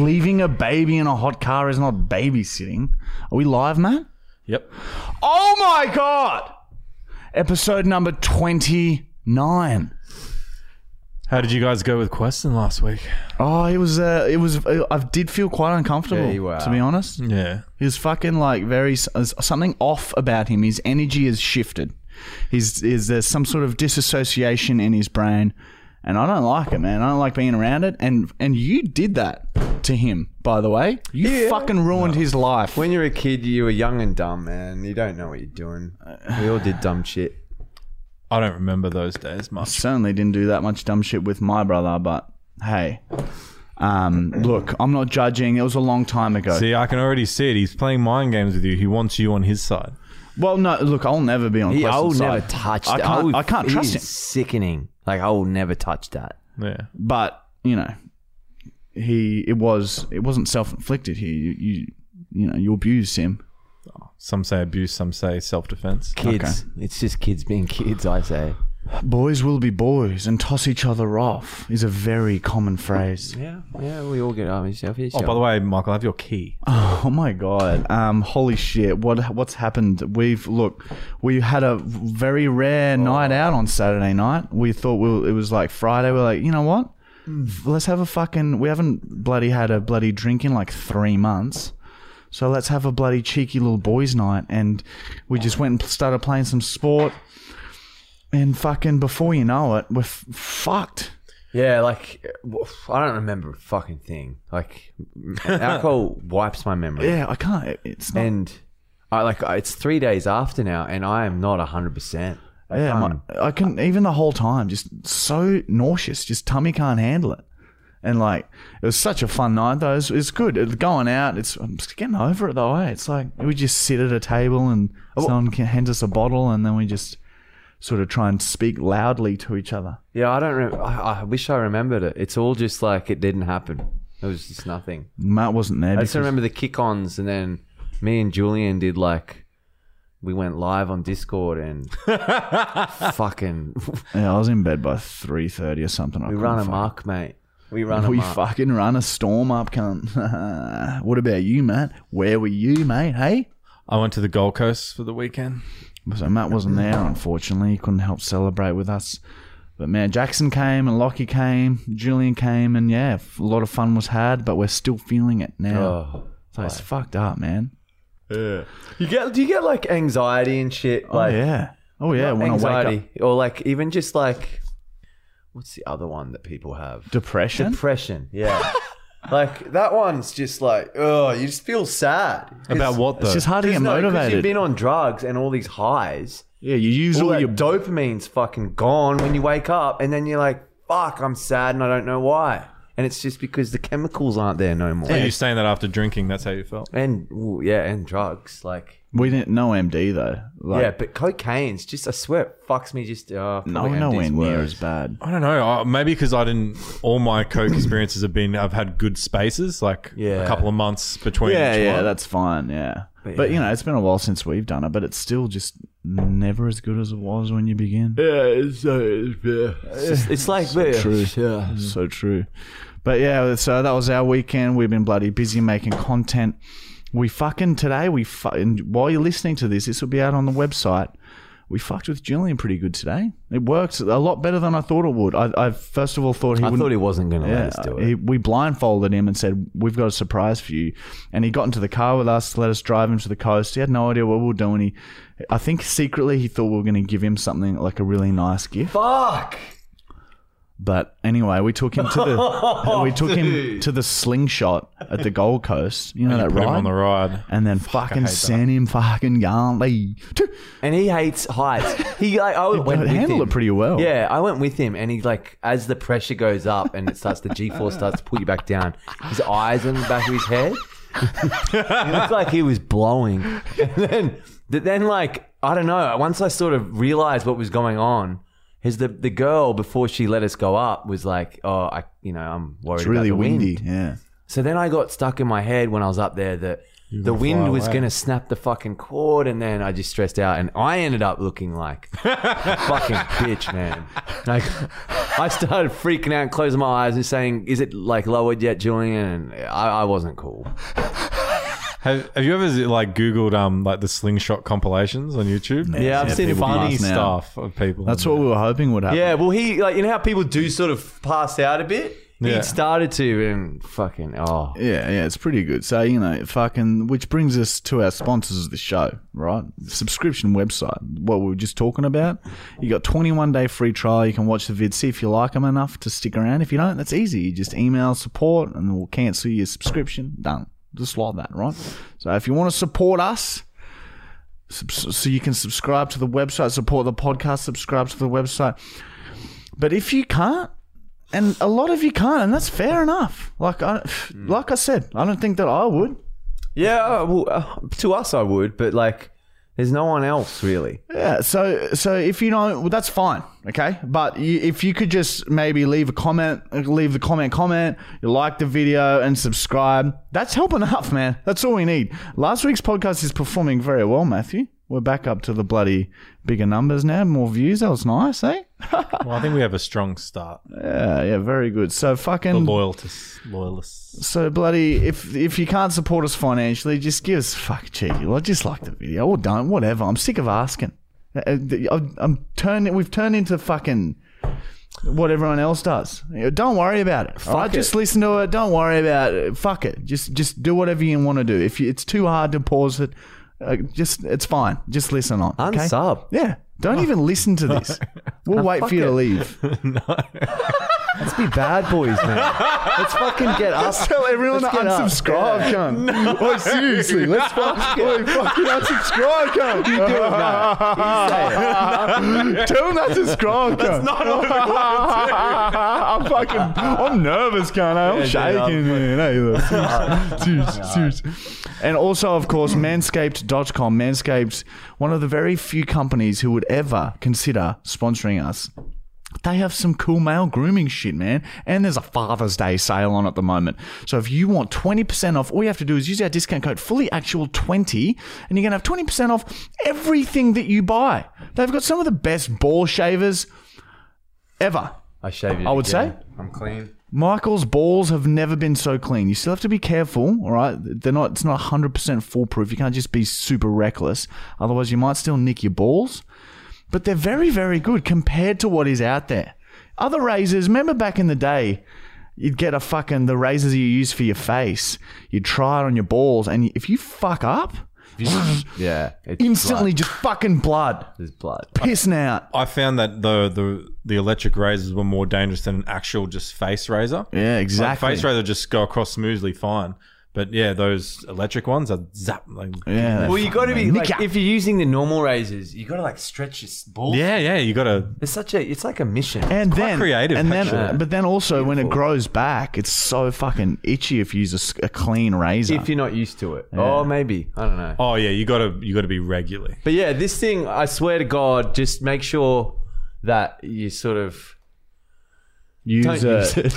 a baby in a hot car is not babysitting. Are we live, Matt? Yep. Oh my god! Episode number twenty-nine. How did you guys go with Queston last week? Oh, it was. Uh, it was. I did feel quite uncomfortable. Yeah, you were. To be honest, Yeah. He was fucking like very there's something off about him. His energy has shifted. He's is there's some sort of disassociation in his brain, and I don't like it, man. I don't like being around it. And and you did that to him, by the way. You fucking ruined his life. When you're a kid, you were young and dumb, man. You don't know what you're doing. We all did dumb shit. I don't remember those days much. Certainly didn't do that much dumb shit with my brother, but hey. Um, look, I'm not judging. It was a long time ago. See, I can already see it. He's playing mind games with you. He wants you on his side. Well, no, look, I'll never be on. He, I Preston's will side. never touch I that. Oh, can't. will- I can't it trust is him. sickening. Like, I will never touch that. Yeah. but you know, he it was it wasn't self inflicted. He you, you you know you abused him. Some say abuse, some say self defense. Kids. It's just kids being kids, I say. Boys will be boys and toss each other off is a very common phrase. Yeah. Yeah, we all get on yourself. Oh, by the way, Michael, I have your key. Oh my god! Um, holy shit! What what's happened? We've look, we had a very rare night out on Saturday night. We thought we were, it was like Friday. We're like, you know what? Let's have a fucking. We haven't bloody had a bloody drink in like three months. So let's have a bloody cheeky little boys' night, and we just went and started playing some sport. And fucking before you know it, we're f- fucked. Yeah, like, I don't remember a fucking thing. Like, alcohol wipes my memory. Yeah, I can't. It's not. And I like it's three days after now, and I am not hundred percent. Yeah, my, I couldn't even the whole time. Just so nauseous. Just tummy can't handle it. And like it was such a fun night though. It's, it's good. It's going out. It's I'm just getting over it though. Eh? It's like we just sit at a table and someone can hand us a bottle and then we just sort of try and speak loudly to each other. Yeah, I don't. Rem- I, I wish I remembered it. It's all just like it didn't happen. It was just nothing. Matt wasn't there. I just because- remember the kick-ons, and then me and Julian did like we went live on Discord and fucking yeah, I was in bed by three thirty or something. I we couldn't run a fucking- mark, mate. We run a We mark. fucking run a storm up, cunt. what about you, Matt? Where were you, mate? Hey. I went to the Gold Coast for the weekend. So Matt wasn't there, unfortunately. He couldn't help celebrate with us. But man, Jackson came and Lockie came, Julian came, and yeah, f- a lot of fun was had, but we're still feeling it now. Oh. so it's fucked up, man. You get? Do you get like anxiety and shit? Oh, like yeah. Oh, yeah. When I wake anxiety, up, or like even just like what's the other one that people have? depression. Depression, yeah. like that one's just like, oh, you just feel sad. 'Cause- About what though? it's just hard to 'cause get no, 'cause motivated. you've been on drugs and all these highs. yeah, you use All all, that your. dopamine's fucking gone when you wake up, and then you're like, fuck, I'm sad and I don't know why. And it's just because the chemicals aren't there no more. Are you saying that after drinking? That's how you felt? And ooh, yeah, and drugs like. we didn't know MD though. Like, yeah, but cocaine's just, I swear, it fucks me just. Uh, no, nowhere near as bad. I don't know. Uh, maybe because I didn't. All my coke experiences have been. I've had good spaces, like Yeah. a couple of months between. Yeah, each yeah, one. that's fine. Yeah. But, But you know, it's been a while since we've done it, but it's still just never as good as it was when you begin. It's, just- it's like, true. Yeah. So true. But yeah, so that was our weekend. We've been bloody busy making content. We fucking today, we fu- and while you're listening to this, this will be out on the website. We fucked with Julian pretty good today. It worked a lot better than I thought it would. I, I first of all thought he I wouldn't. thought he wasn't going to let us do it. he- we blindfolded him and said, We've got a surprise for you. And he got into the car with us, let us drive him to the coast. He had no idea what we were doing. He, I think secretly he thought we were going to give him something like a really nice gift. Fuck! But anyway, we took him to the we took him to the slingshot at the Gold Coast. You know that Oh, Put him ride. on the ride. and then fucking sent him fucking gallantly. to- And he hates heights. He like I went But with handle him. it pretty well. Yeah, I went with him, and he like as the pressure goes up and it starts, the G force starts to pull you back down. His eyes on the back of his head. he looked like he was blowing. And then, but then like I don't know. Once I sort of realized what was going on, his the the girl before she let us go up was like, oh, I you know I'm worried. It's really about the wind." windy. Yeah. So then I got stuck in my head when I was up there that the wind was going to snap the fucking cord, and then I just stressed out, and I ended up looking like a fucking bitch, man. Like I started freaking out and closing my eyes and saying, "Is it like lowered yet, Julian?" And I, I wasn't cool. Have, have you ever like Googled um like the slingshot compilations on YouTube? Yeah, I've yeah, seen people funny pass now. stuff of people. That's what we were hoping would happen. Yeah, well, he like you know how people do sort of pass out a bit. Yeah. He started to and fucking oh Yeah, yeah, it's pretty good. So, you know, fucking, which brings us to our sponsors of the show, right? Subscription website, what we were just talking about. You got 21 day free trial. You can watch the vid, see if you like them enough to stick around. If you don't, that's easy. You just email support and we'll cancel your subscription. Done. Just like that, right? So, if you want to support us, subs- so you can subscribe to the website, support the podcast, subscribe to the website. But if you can't, and a lot of you can't, and that's fair enough. Like I, like I said, I don't think that I would. yeah. uh, Well, uh, to us, I would, but like, there's no one else really. Yeah. So so if you don't, well, that's fine. Okay. But you, if you could just maybe leave a comment, leave the comment, comment, you like the video and subscribe, that's helping enough, man. That's all we need. Last week's podcast is performing very well, Matthew. We're back up to the bloody bigger numbers now, more views. That was nice, eh? Well, I think we have a strong start. Yeah, yeah, very good. So fucking Loyalists, loyalists. So bloody if if you can't support us financially, just give us fuck cheeky. Well, just like the video or don't, whatever. I'm sick of asking. Uh, uh, I'm, I'm turning. We've turned into fucking what everyone else does. You know, Don't worry about it. I just listen to it. Don't worry about it. Fuck it. Just just do whatever you want to do. If you, it's too hard to pause it, uh, just it's fine. Just listen on. Okay? Unsub. Oh. Yeah. Don't even listen to this. We'll wait for you to it. leave. Let's be bad boys, man. Let's fucking get us. Tell everyone Let's to get up. unsubscribe, cunt. Like, seriously, let's fucking, oi, fucking unsubscribe, cunt. You do it, Tell them not to subscribe, cunt. not what we I'm fucking, I'm nervous, cunt. I'm yeah, shaking, man. Hey, look, serious, serious, serious. And also, of course, manscaped.com. Manscaped's one of the very few companies who would ever consider sponsoring us. They have some cool male grooming shit, man. And there's a Father's Day sale on at the moment. So if you want 20% off, all you have to do is use our discount code FullyActual20 and you're going to have 20% off everything that you buy. They've got some of the best ball shavers ever. I shaved. It I would again. say. I'm clean. Michael's balls have never been so clean. You still have to be careful, all right? They're not it's not 100% foolproof. You can't just be super reckless. Otherwise, you might still nick your balls. But they're very very good compared to what is out there. Other razors, remember back in the day, you'd get a fucking the razors you use for your face. You'd try it on your balls and if you fuck up, Yeah, it's instantly just fucking blood blood. There's blood. pissing out. I found that the the the electric razors were more dangerous than an actual just face razor. Yeah, Like, exactly. face razor just go across smoothly fine, but yeah, those electric ones are zap. Like, yeah. Well, you got to be Nick like out. if you're using the normal razors, you got to like stretch your s- balls. yeah, yeah. You gotta. it's such a. It's like a mission. And quite then, creative, and then, actually. but then also when it grows back, it's so fucking itchy if you use a s- a, clean razor. if you're not used to it, oh maybe I don't know. Oh yeah, you gotta you gotta be regularly. But yeah, this thing, I swear to God, just make sure that you sort of use don't a- use it.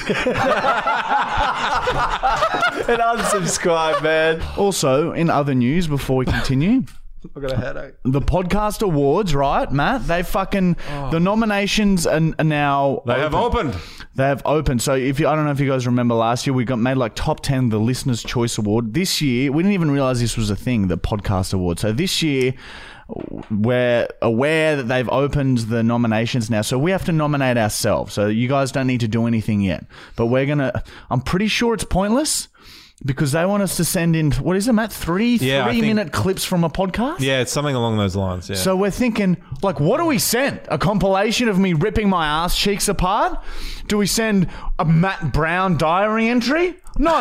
and unsubscribe, man. Also, in other news, before we continue, I got a headache. the podcast awards, right, Matt? They fucking Oh. the nominations are, are now They have opened. They have opened. So if you, I don't know if you guys remember last year, we got made like top ten the Listeners' Choice Award. This year, we didn't even realize this was a thing, the Podcast Award. So this year, we're aware that they've opened the nominations now. So we have to nominate ourselves. So you guys don't need to do anything yet. But we're gonna. I'm pretty sure it's pointless. Because they want us to send in what is it, Matt? Three Yeah, I three think- minute clips from a podcast. Yeah, it's something along those lines. Yeah. So we're thinking, like, what do we send? A compilation of me ripping my ass cheeks apart? Do we send a Matt Brown diary entry? No.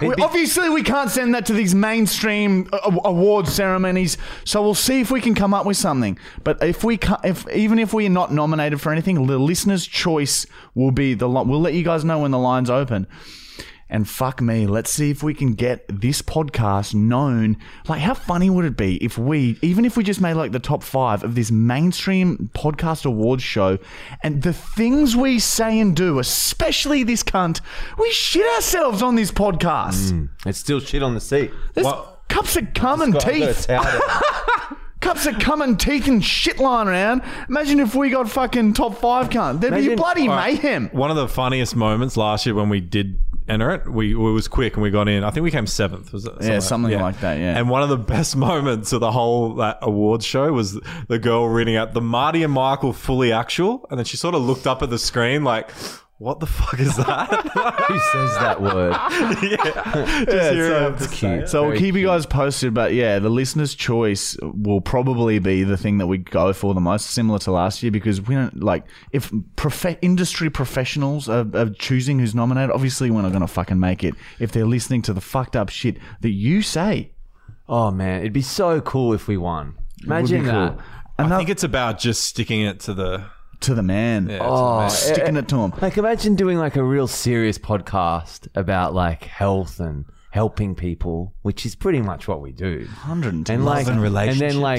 We- obviously, we can't send that to these mainstream uh, aw- award ceremonies. So we'll see if we can come up with something. But if we, ca- if even if we are not nominated for anything, the listener's choice will be the. Li- we'll let you guys know when the lines open. And fuck me, let's see if we can get this podcast known. Like, how funny would it be if we, even if we just made like the top five of this mainstream podcast awards show, and the things we say and do, especially this cunt, we shit ourselves on this podcast. Hmm. It's still shit on the seat. There's Well- cups of cum and I've got a teeth. towel. cups are coming, teething shit lying around. Imagine if we got fucking top five, cunt. There'd be Imagine- bloody All right. mayhem. One of the funniest moments last year when we did enter it, we, we was quick and we got in. I think we came seventh. Was it? Yeah, something like that, yeah. And one of the best moments of the whole that awards show was the girl reading out the Marty and Michael fully actual, and then she sort of looked up at the screen like. What the fuck is that? Who says that word? yeah, just Yeah, hearing so- it. It's cute. So we'll Very keep you guys posted, but yeah, the listener's choice will probably be the thing that we go for the most, similar to last year, because we don't like if prof- industry professionals are, are choosing who's nominated. Obviously, we're not going to fucking make it if they're listening to the fucked up shit that you say. Oh man, it'd be so cool if we Would won. be Imagine that. cool. I Enough think it's about just sticking it to the. to the man, Yeah, Oh, it's sticking it to him. eh, Like imagine doing like a real serious podcast about like health and helping people, which is pretty much what we do. 110. And like and and then like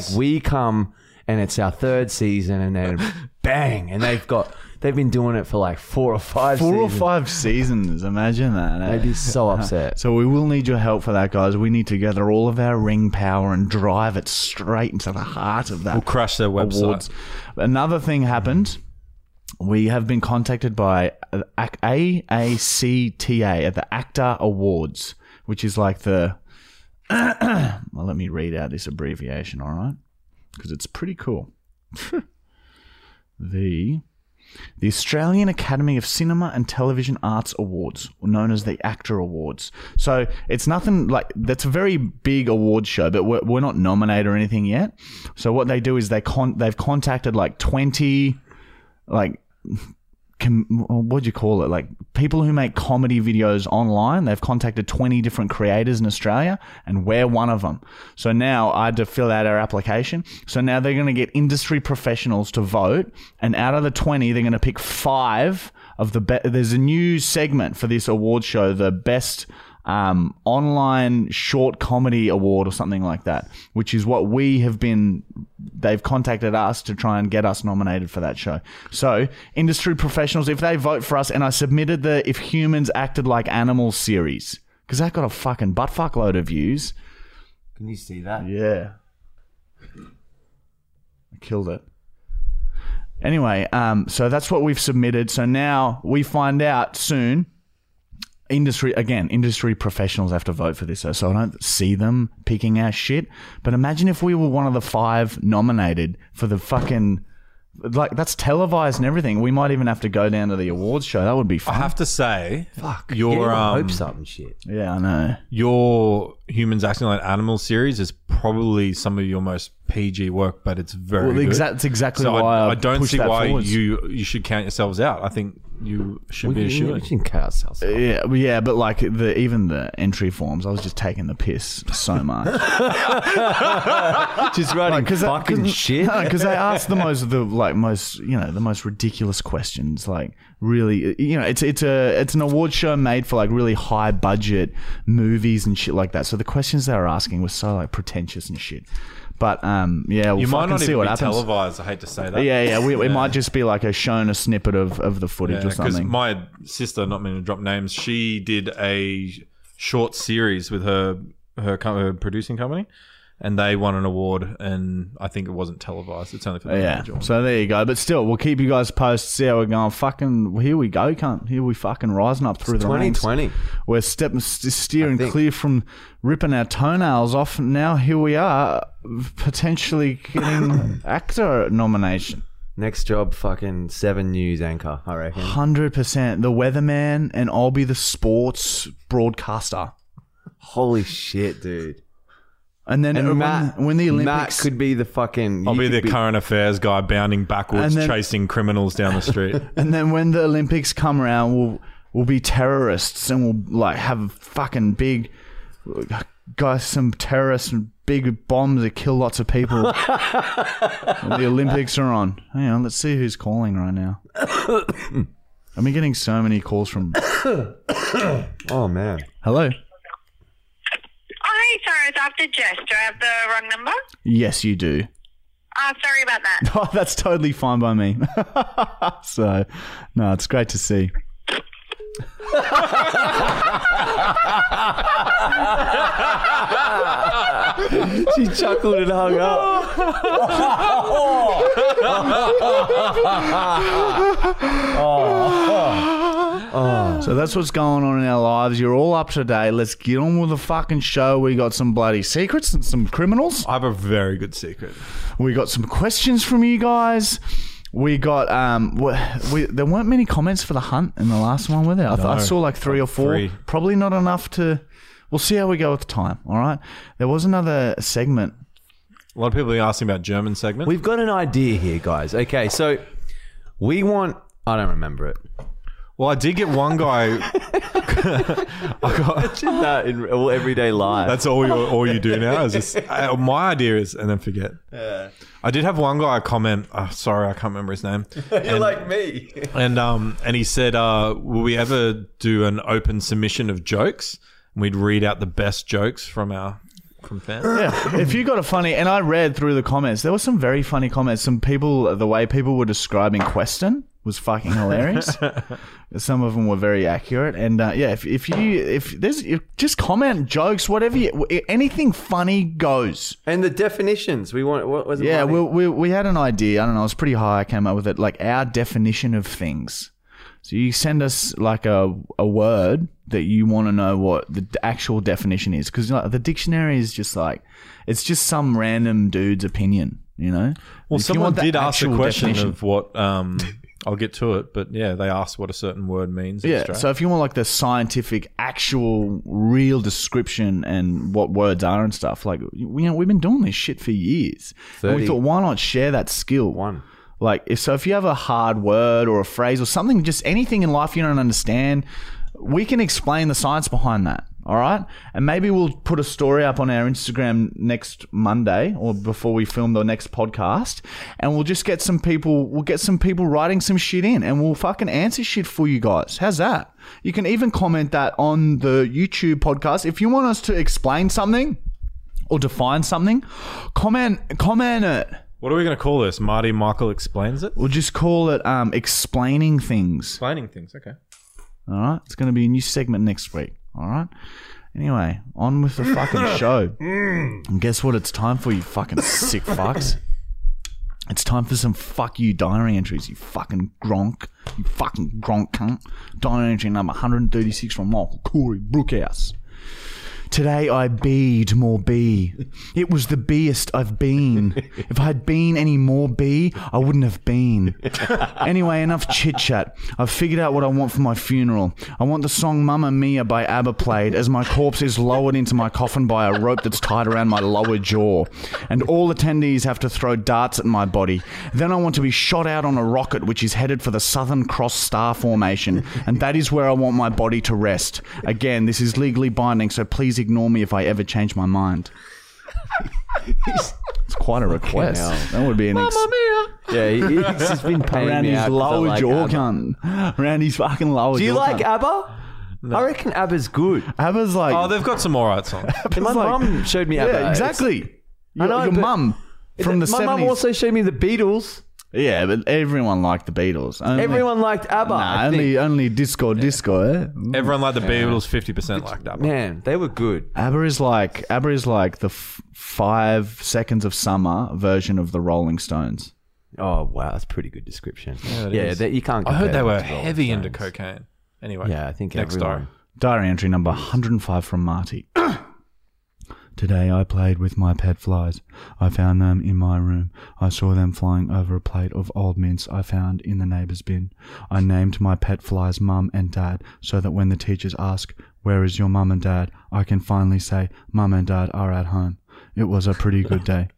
relationships. we come and it's our third season and then bang and they've got they've been doing it for like four or five Four or seasons. five seasons. Imagine that. eh? They'd be so upset. So we will need your help for that, guys. We need to gather all of our ring power and drive it straight into the heart of that We'll crush their website. awards. Another thing happened. We have been contacted by uh, Ac- AACTA at the Actor Awards, which is like the. well, let me read out this abbreviation, all right? Because it's pretty cool. the the Australian Academy of Cinema and Television Arts Awards, known as the Actor Awards. So it's nothing like that's a very big award show, but we're, we're not nominated or anything yet. So what they do is they con- they've contacted like twenty, like. Com- what do you call it? Like people who make comedy videos online, they've contacted 20 different creators in Australia, and we're one of them. So now I had to fill out our application. So now they're going to get industry professionals to vote, and out of the 20, they're going to pick five of the best. There's a new segment for this award show, the best um, online short comedy award or something like that, which is what we have been. They've contacted us to try and get us nominated for that show. So, industry professionals, if they vote for us, and I submitted the If Humans Acted Like Animals series, because that got a fucking butt fuck load of views. Can you see that? Yeah. I killed it. Anyway, um, so that's what we've submitted. So now we find out soon. Industry again, industry professionals have to vote for this, so- so I don't see them picking our shit. But imagine if we were one of the five nominated for the fucking like that's televised and everything. We might even have to go down to the awards show. That would be I fun. have to say, Fuck. Your, Your um, hopes up and shit. Yeah, I know. your humans acting like animals series is probably some of your most PG work, but it's very Well, good. exa- that's exactly So why I, I I don't pushed see that why forwards. you you should count yourselves out. I think you should We be can, a we shoo can cut ourselves. off. Yeah, well, yeah, but like the even the entry forms, I was just taking the piss so much. Just writing Because fucking shit. because they ask the most the like most you know the most ridiculous questions. Like really, you know, it's it's a it's an award show made for like really high budget movies and shit like that. So the questions they were asking were so like pretentious and shit. But um, yeah, we'll You might fucking not see even what be happens. televised. I hate to say that. yeah, yeah, we, it might just be like a shown a snippet of, of the footage or because something. my sister, not meaning to drop names, she did a short series with her her, co- her producing company, and they won an award. And I think it wasn't televised. It's only for the Yeah. individual. So there you go. But still, we'll keep you guys posted. See how we're going. Fucking here we go, cunt. Here we fucking rising up through the ranks. 2020. We're stepping, st- steering think. clear from ripping our toenails off. Now here we are, potentially getting actor nomination. Next job, fucking seven news anchor. I reckon. Hundred percent. The weatherman, and I'll be the sports broadcaster. Holy shit, dude. And then And when, Matt, when the Matt Olympics, could be the fucking. I'll be you could the current affairs guy bounding backwards, And then- chasing criminals down the street. and then when the Olympics come around, we'll we'll be terrorists, and we'll like have a fucking big guys, some terrorists and big bombs that kill lots of people. the Olympics are on. Hang on, let's see who's calling right now. I've been getting so many calls from. Oh man. Hello. Hi, sorry, it's after Jess. Do I have the wrong number? Yes, you do. Ah, sorry about that. Oh, that's totally fine by me. so, no, it's great to see. She chuckled and hung up. So that's what's going on in our lives. You're all up today. Let's get on with the fucking show. We got some bloody secrets and some criminals. I have a very good secret. We got some questions from you guys. We got um, we, we, there weren't many comments for the hunt in the last one, were there? I, th- I No. saw like three or four. Three. Probably not enough to. We'll see how we go with the time. All right. There was another segment. A lot of people are asking about German segment. We've got an idea here, guys. Okay, so we want. I don't remember it. well, I did get one guy. I got. that in all everyday life. That's all you all you do now is just uh, my idea is and then forget. Yeah. I did have one guy comment. Oh, sorry, I can't remember his name. You're like me. And um and he said, uh, will we ever do an open submission of jokes? And we'd read out the best jokes from our from fans. Yeah. if you got a funny, and I read through the comments, there were some very funny comments. Some people, the way people were describing Question was fucking hilarious. some of them were very accurate, and uh, yeah, if, if you if there's if, just comment jokes, whatever, you, anything funny goes. And the definitions. We want. What was it? Yeah, Marty? we, we we had an idea. I don't know. It was pretty high. I came up with it, like our definition of things. So you send us like a a word that you want to know what the d- actual definition is, because like, the dictionary is just like it's just some random dude's opinion, you know. Well, If you someone want the did ask the actual question definition- of what. Um, I'll get to it, but yeah, they asked what a certain word means. in Yeah, Australia. so if you want like the scientific, actual, real description and what words are and stuff, like you know, we've been doing this shit for years. And we 30. thought, why not share that skill? One. Like, if, so if you have a hard word or a phrase or something, just anything in life you don't understand, we can explain the science behind that. All right. And maybe we'll put a story up on our Instagram next Monday or before we film the next podcast. And we'll just get some people, we'll get some people writing some shit in and we'll fucking answer shit for you guys. How's that? You can even comment that on the YouTube podcast. If you want us to explain something or define something, comment, comment it. what are we going to call this? Marty Michael explains it. We'll just call it um, explaining things. Explaining things. Okay. All right, it's going to be a new segment next week. All right. Anyway, on with the fucking show. and guess what? It's time for you fucking sick fucks. It's time for some fuck you diary entries. You fucking gronk. You fucking gronk cunt. Diary entry number 136 from Michael Corey Brookhouse. Today I beed more bee. It was the beest I've been. If I had been any more bee, I wouldn't have been. Anyway, enough chit chat. I've figured out what I want for my funeral. I want the song Mamma Mia by ABBA played as my corpse is lowered into my coffin by a rope that's tied around my lower jaw. And all attendees have to throw darts at my body. Then I want to be shot out on a rocket which is headed for the Southern Cross Star Formation. And that is where I want my body to rest. Again, this is legally binding, so please ignore me if I ever change my mind. it's quite a request. That would be an ex- Yeah, he, he's just been paying around me his out 'cause I lower like jaw ABBA. cunt. Around his fucking lower jaw. Do you like cunt. ABBA? I reckon ABBA's good. Abba's like Oh, they've got some alright songs. My like- mum showed me ABBA. yeah, exactly. Your, know, your but- mum from the my mum seventies. also showed me the Beatles. yeah, but everyone liked the Beatles. Only, Everyone liked ABBA. nah, I think. only only disco disco. Eh? Everyone liked the Beatles. Fifty percent liked that. one. Man, they were good. ABBA is like ABBA is like the f- five seconds of summer version of the Rolling Stones. Oh wow, that's a pretty good description. Yeah, it is. that, you can't. I heard compare they were them to Rolling heavy into Stones. cocaine. Anyway. Yeah, I think next everyone. time. Diary entry number 105 from Marty. Today I played with my pet flies. I found them in my room. I saw them flying over a plate of old mints I found in the neighbour's bin. I named my pet flies Mum and Dad so that when the teachers ask, Where is your mum and dad? I can finally say, Mum and Dad are at home. It was a pretty good day.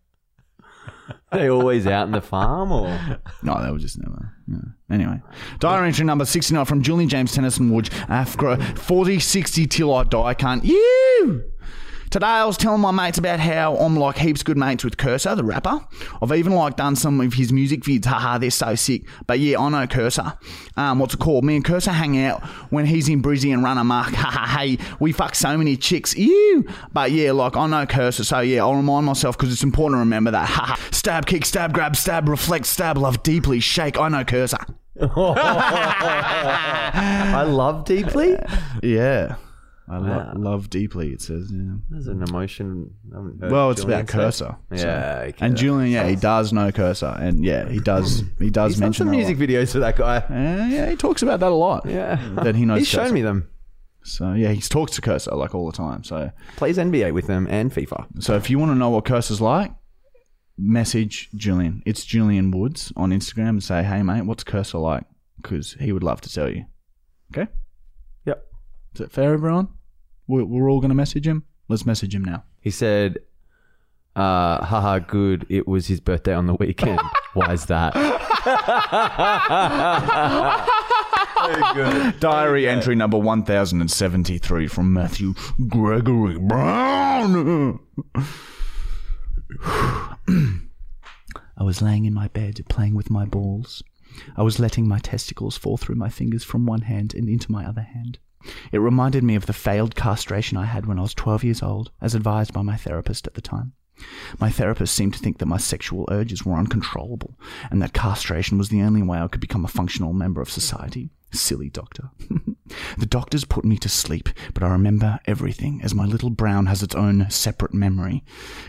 they always out in the farm, or No, that was just never. Yeah. Anyway, diary entry number 69 from Julian James Tennyson Woods, Afro 4060 till I die. Can't you? Today I was telling my mates about how I'm like heaps good mates with Cursor, the rapper. I've even like done some of his music vids. Haha, they're so sick. But yeah, I know Cursor. Um, what's it called? Me and Cursor hang out when he's in Brizzy and run amok. Haha, hey, we fuck so many chicks. Ew. But yeah, like I know Cursor, so yeah, I'll remind myself because it's important to remember that. Haha. stab, kick, stab, grab, stab, reflect, stab, love deeply, shake. I know Cursor. I love deeply. Yeah. I lo- Wow. love deeply. It says. Yeah. There's an emotion. I haven't heard Well, it's Julian about say. cursor. so- Yeah, okay. And Julian, yeah, he does know cursor, and yeah, he does. He does He's done mention some that a music lot. videos for that guy. Uh, yeah, he talks about that a lot. Yeah. that he knows. He's shown cursor. me them. So yeah, he talks to cursor like all the time. So Plays NBA with them and FIFA. so if you want to know what cursor's like, message Julian. It's Julian Woods on Instagram and say, hey mate, what's cursor like? Because he would love to tell you. Okay, Yep. is it fair, everyone? We're, we're all gonna message him. Let's message him now. He said, uh, haha, good. It was his birthday on the weekend. Why is that? Diary entry number 1073 from Matthew Gregory Brown. I was laying in my bed playing with my balls. I was letting my testicles fall through my fingers from one hand and into my other hand. It reminded me of the failed castration I had when I was 12 years old, as advised by my therapist at the time. My therapist seemed to think that my sexual urges were uncontrollable and that castration was the only way I could become a functional member of society. Silly doctor. the doctors put me to sleep, but I remember everything, as my little brown has its own separate memory.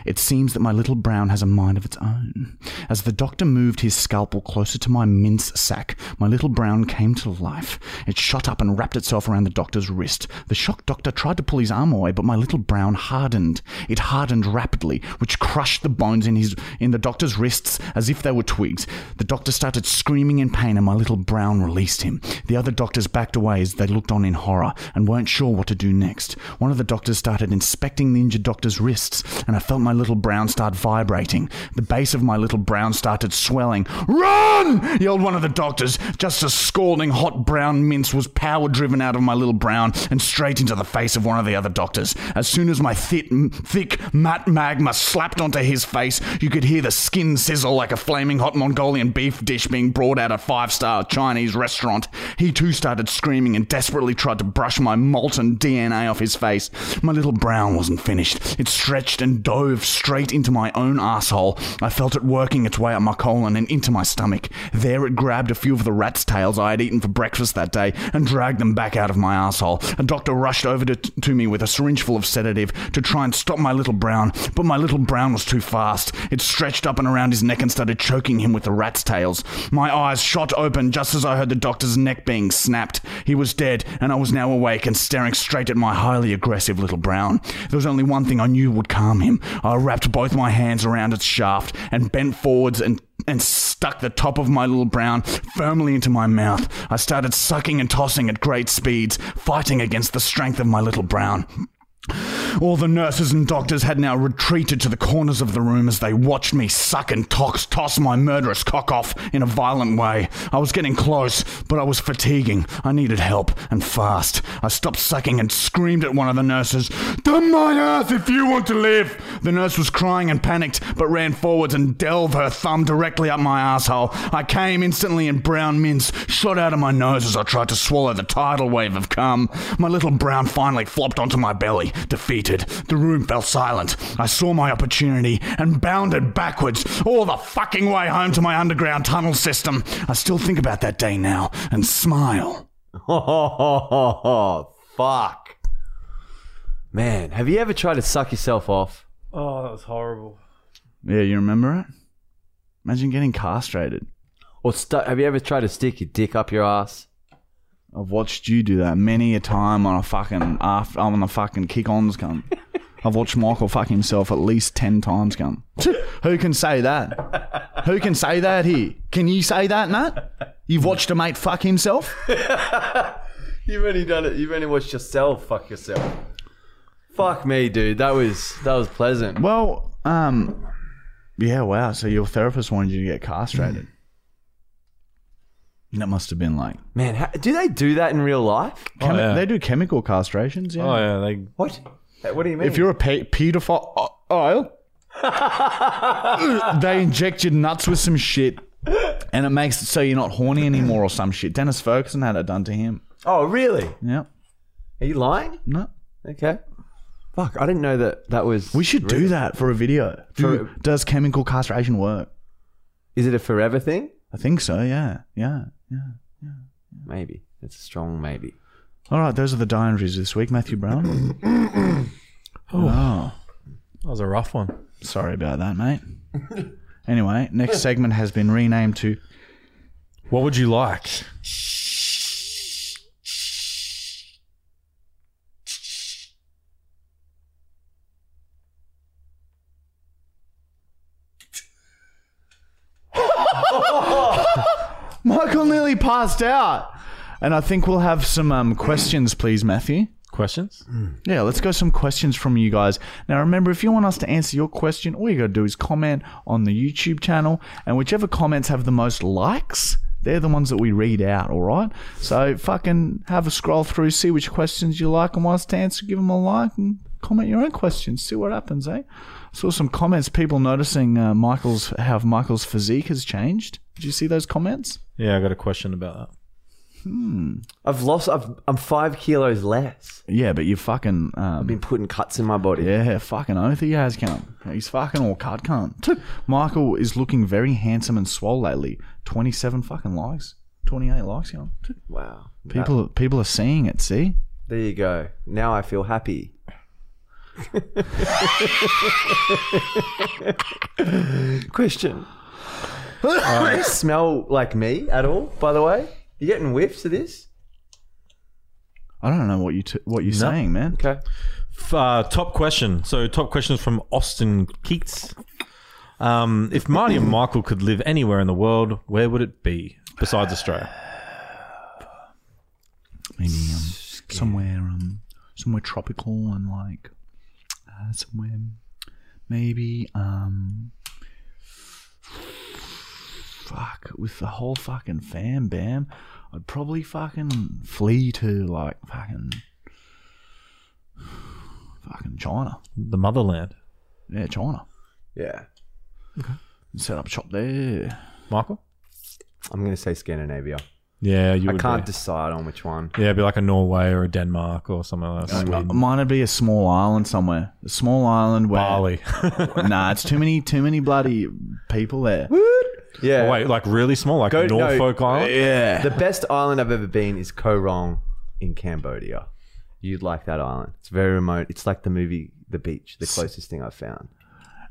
It seems that my little brown has a mind of its own. As the doctor moved his scalpel closer to my mince sack, my little brown came to life. It shot up and wrapped itself around the doctor's wrist. The shocked doctor tried to pull his arm away, but my little brown hardened. It hardened rapidly, which crushed the bones in his in the doctor's wrists as if they were twigs. The doctor started screaming in pain, and my little brown released him. The other doctors backed away as they looked on in horror and weren't sure what to do next. One of the doctors started inspecting the injured doctor's wrists, and I felt my little brown start vibrating. The base of my little brown started swelling. Run! yelled one of the doctors, just as scalding hot brown mince was power driven out of my little brown and straight into the face of one of the other doctors. As soon as my thick, thick matte magma slapped onto his face, you could hear the skin sizzle like a flaming hot Mongolian beef dish being brought out of five star Chinese restaurant. He too started screaming and desperately tried to brush my molten DNA off his face. My little brown wasn't finished. It stretched and dove straight into my own asshole. I felt it working its way up my colon and into my stomach. There it grabbed a few of the rat's tails I had eaten for breakfast that day and dragged them back out of my asshole. A doctor rushed over to, to me with a syringe full of sedative to try and stop my little brown, but my little brown was too fast. It stretched up and around his neck and started choking him with the rat's tails. My eyes shot open just as I heard the doctor's neck being snapped. He was dead, and I was now awake and staring straight at my highly aggressive little brown. There was only one thing I knew would calm him. I wrapped both my hands around its shaft and bent forwards and and stuck the top of my little brown firmly into my mouth. I started sucking and tossing at great speeds, fighting against the strength of my little brown. All the nurses and doctors had now retreated to the corners of the room as they watched me suck and tox toss my murderous cock off in a violent way. I was getting close, but I was fatiguing. I needed help, and fast. I stopped sucking and screamed at one of the nurses, Damn my ass if you want to live! The nurse was crying and panicked, but ran forwards and delved her thumb directly up my asshole. I came instantly in brown mints, shot out of my nose as I tried to swallow the tidal wave of cum. My little brown finally flopped onto my belly, defeated. The room fell silent. I saw my opportunity and bounded backwards all the fucking way home to my underground tunnel system. I still think about that day now and smile. Oh, fuck. Man, have you ever tried to suck yourself off? Oh, that was horrible. Yeah, you remember it? Imagine getting castrated. Or stu- have you ever tried to stick your dick up your ass? I've watched you do that many a time on a fucking after on the fucking kick ons come. I've watched Michael fuck himself at least ten times come. Who can say that? Who can say that here? Can you say that, Nat? You've watched a mate fuck himself? You've only done it. You've only watched yourself fuck yourself. Fuck me, dude. That was that was pleasant. Well, um Yeah, wow, so your therapist wanted you to get castrated. Hmm. That must have been like Man, how, do they do that in real life? chemi- Oh, yeah. they do chemical castrations, yeah. Oh yeah, they What? What do you mean? If you're a pe- pedophile, oh, they inject your nuts with some shit, and it makes it so you're not horny anymore or some shit. Dennis Ferguson had it done to him. oh, really? Yeah, Are you lying? no. Okay. Fuck, I didn't know that that was. We should do that for a video. Do- does chemical castration work? Is it a forever thing? I think so. Yeah, yeah, yeah. Maybe. That's a strong maybe. All right, those are the die entries this week, Matthew Brown. Oh. That was a rough one. Sorry about that, mate. Anyway, next segment has been renamed to What would you like? Michael nearly passed out. And I think we'll have some um, questions, please, Matthew. Questions? Yeah, let's go some questions from you guys. Now, remember, if you want us to answer your question, all you got to do is comment on the YouTube channel, and whichever comments have the most likes, they're the ones that we read out, all right? So, fucking have a scroll through, see which questions you like and want us to answer, give them a like, and comment your own questions, see what happens, eh? Saw some comments, people noticing uh, Michael's how Michael's physique has changed. Did you see those comments? Yeah, I got a question about that. I've lost. I've, I'm five kilos less. Yeah, but you fucking um, I've been putting cuts in my body. Yeah, fucking oath he has, cunt. He's fucking all cut, cunt. Michael is looking very handsome and swole lately. 27 fucking likes. 28 likes, cunt. Wow. People, people are seeing it, see? There you go. Now I feel happy. Question. Do you smell like me at all, by the way? You getting whiffs of this? I don't know what, you t- what you're saying, man. Okay. F- Uh, top question. So, top question is from Austin Keats. Um, if Marty and Michael could live anywhere in the world, where would it be besides Australia? Maybe um, somewhere, um, somewhere tropical and like uh, somewhere, maybe, um, fuck, with the whole fucking fam bam, I'd probably fucking flee to like fucking, fucking China. The motherland. Yeah, China. Yeah. Set up shop there. Michael? I'm going to say Scandinavia. Yeah, you I would can't be. decide on which one. yeah, it'd be like a Norway or a Denmark or something like that. Uh, Mine would be a small island somewhere. A small island where. Bali. Nah, it's too many, too many bloody people there. Yeah. Oh, Wait, like really small, like Go- no. Norfolk Island? Yeah. The best island I've ever been is Koh Rong in Cambodia. You'd like that island. It's very remote. It's like the movie The Beach, the closest thing I've found.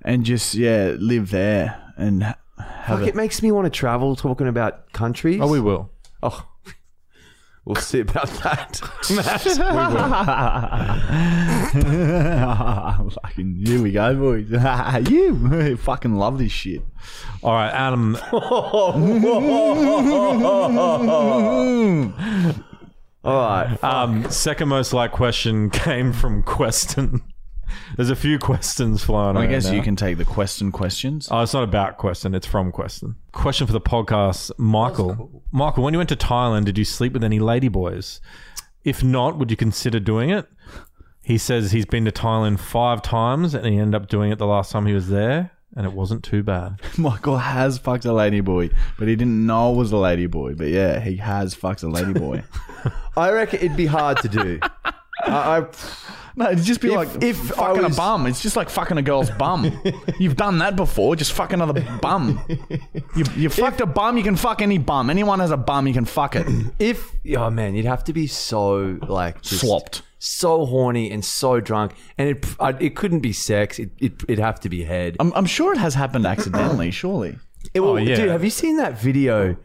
and just yeah live there and ha- have Fuck, it. it makes me want to travel talking about countries. Oh, we will. Oh, we'll see about that. fucking here we go, boys. you fucking love this shit. All right, Adam. Hmm. All right. Um, second most like question came from Queston. There's a few questions flying I around guess now. you can take the question questions. Oh, it's not about Queston. It's from Queston. Question for the podcast, Michael. Michael, when you went to Thailand, did you sleep with any ladyboys? If not, would you consider doing it? He says he's been to Thailand five times and he ended up doing it the last time he was there, and it wasn't too bad. Michael has fucked a lady boy, but he didn't know it was a lady boy. But yeah, he has fucked a lady boy. I reckon it'd be hard to do. I, I, no, it'd just be If- like if I fucking was- a bum. It's just like fucking a girl's bum. You've done that before. Just fuck another bum. You you fucked a bum. You can fuck any bum. Anyone has a bum, you can fuck it. if oh man, you'd have to be so like just Swapped. so horny and so drunk, and it I, it couldn't be sex. It, it it'd have to be head. I'm, I'm sure it has happened accidentally. surely. It will- yeah. Dude, have you seen that video?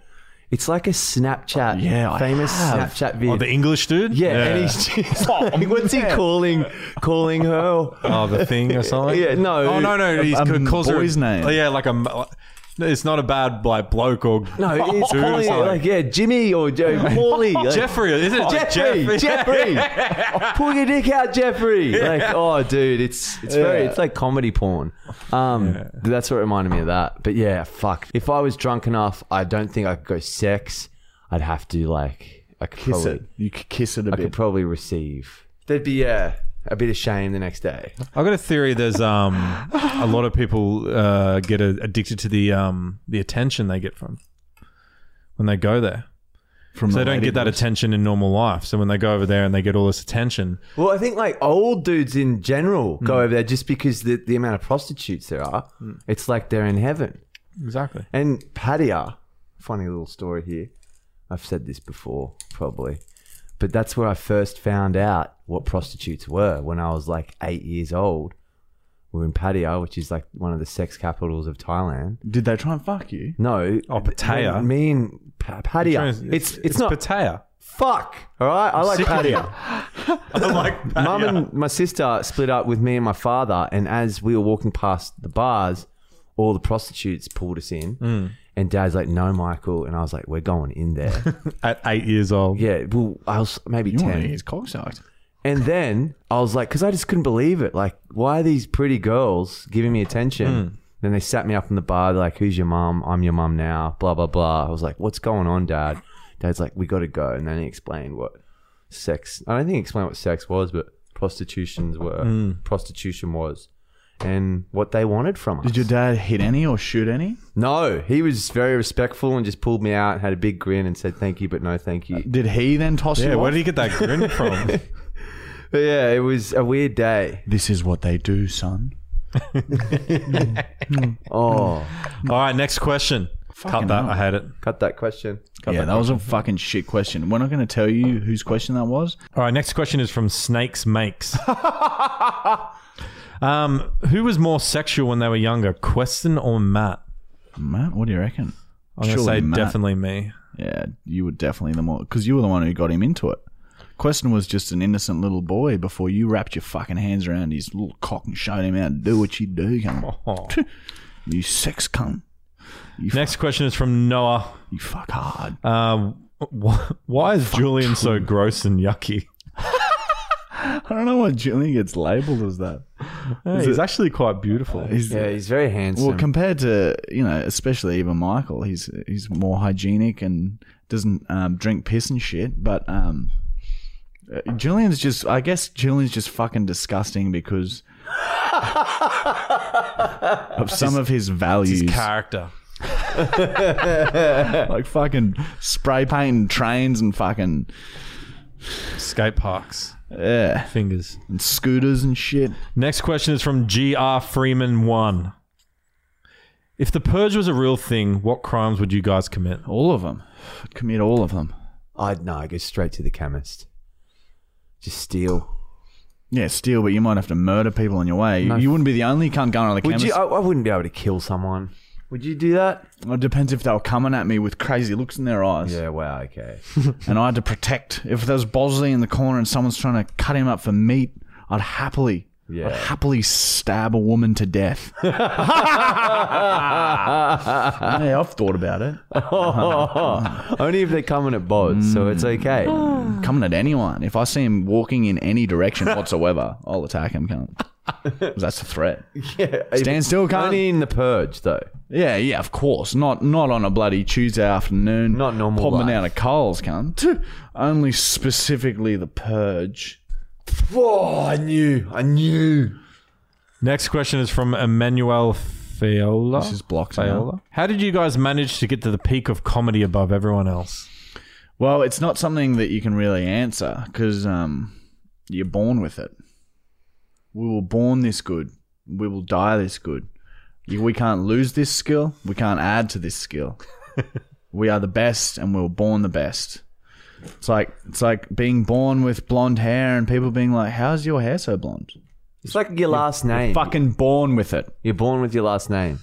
It's like a Snapchat, Yeah, I famous have. Snapchat video. Oh, the English dude? yeah, and he's just, what's he calling calling her? Oh, the thing or something? Yeah, no. Oh, no, no. He um, calls her. boy's name. Oh, Yeah, like a. m- like- It's not a bad like bloke or. No, it's dude or calling something. like yeah, Jimmy or Joe Paulie. Like, Jeffrey, is it Jeffrey, Jeffrey? Jeffrey, pull your dick out, Jeffrey. Like, oh, dude, it's it's very it's like comedy porn. Um, that's what reminded me of that. But yeah, fuck. If I was drunk enough, I don't think I could go sex. I'd have to like I could kiss probably, it. You could kiss it a I could bit. probably receive. There'd be yeah. A bit of shame the next day. I've got a theory. There's um a lot of people uh, get uh addicted to the um the attention they get from when they go there. From So the they don't lady get that boys. attention in normal life. So when they go over there and they get all this attention, Well, I think like old dudes in general go over there just because the, the amount of prostitutes there are. It's like they're in heaven. exactly. And Padia, funny little story here. I've said this before, probably. But that's where I first found out what prostitutes were when I was like eight years old. We were in Pattaya, which is like one of the sex capitals of Thailand. Did they try and fuck you? No, Oh, Pattaya. Me and Pa- Pattaya. It's it's, not Pattaya. fuck. All right, I like Sick of Pattaya. I like Pattaya. Mum and my sister split up with me and my father, and as we were walking past the bars, all the prostitutes pulled us in. And Dad's like, "No, Michael," and I was like, "We're going in there." at eight years old. yeah, well, I was maybe You want to ten. get his cock sucked? And then I was like, because I just couldn't believe it. Like, why are these pretty girls giving me attention? Hmm. Then they sat me up in the bar. They're like, who's your mom? I'm your mom now. Blah, blah, blah. I was like, what's going on, dad? Dad's like, we got to go. And then he explained what sex, I don't think he explained what sex was, but prostitutions were, Hmm. prostitution was, and what they wanted from us. Did your dad hit any or shoot any? no, he was very respectful and just pulled me out and had a big grin and said, thank you, but no thank you. Did he then toss Yeah, you? where What did he get that grin from? But yeah, it was a weird day. this is what they do, son. Oh, All right, next question. Cut that. hell. I had it. cut that question. Cut yeah, that was a fucking shit question. We're not going to tell you whose question that was. All right, next question is from Snakes Makes. um, who was more sexual when they were younger, Queston or Matt? Matt, what do you reckon? I'm gonna Surely say Matt. definitely me. Yeah, you were definitely the more because you were the one who got him into it. Question was just an innocent little boy before you wrapped your fucking hands around his little cock and showed him how to do what you do. Come on, Oh. you sex cunt. next question is from Noah. You fuck hard. Um, wh- why is Julian so gross and yucky? I don't know why Julian gets labelled as that. Hey, he's actually quite beautiful. He's, Yeah, he's very handsome. Well, compared to you know, especially even Michael, he's he's more hygienic and doesn't um, drink piss and shit. But um, uh, Julian's just, I guess Julian's just fucking disgusting because of some of his values, His character. like fucking spray painting trains and fucking Skate parks. yeah, Fingers. and scooters and shit. Next question is from GR Freeman 1. If the purge was a real thing, what crimes would you guys commit? All of them, commit all of them. I'd no, I go straight to the chemist. Just steal. Yeah, steal, but you might have to murder people on your way. You wouldn't be the only cunt going on the Would chemist. you? I, I wouldn't be able to kill someone. Would you do that? It depends if they were coming at me with crazy looks in their eyes. Yeah. Wow. Okay. And I had to protect. If there was Bosley in the corner and someone's trying to cut him up for meat, I'd happily, Yeah. I'd happily stab a woman to death. yeah, I've thought about it. Only if they're coming at bods, so it's okay. Coming at anyone. If I see him walking in any direction whatsoever, I'll attack him, cunt. 'Cause That's a threat. Stand still, cunt. Only in the purge, though. yeah, yeah, of course. Not not on a bloody Tuesday afternoon. Not normal Popping life. out of Coles, cunt. Only specifically the purge. Whoa! Oh, I knew. I knew. Next question is from Emmanuel Fiola. This is blocked now. Fiola. How did you guys manage to get to the peak of comedy above everyone else? Well, it's not something that you can really answer because um, you're born with it. We were born this good. We will die this good. You- We can't lose this skill. We can't add to this skill. we are the best, and we were born the best. It's like it's like being born with blonde hair, and people being like, "How's your hair so blonde?" It's like your last name. Fucking born with it. You're born with your last name.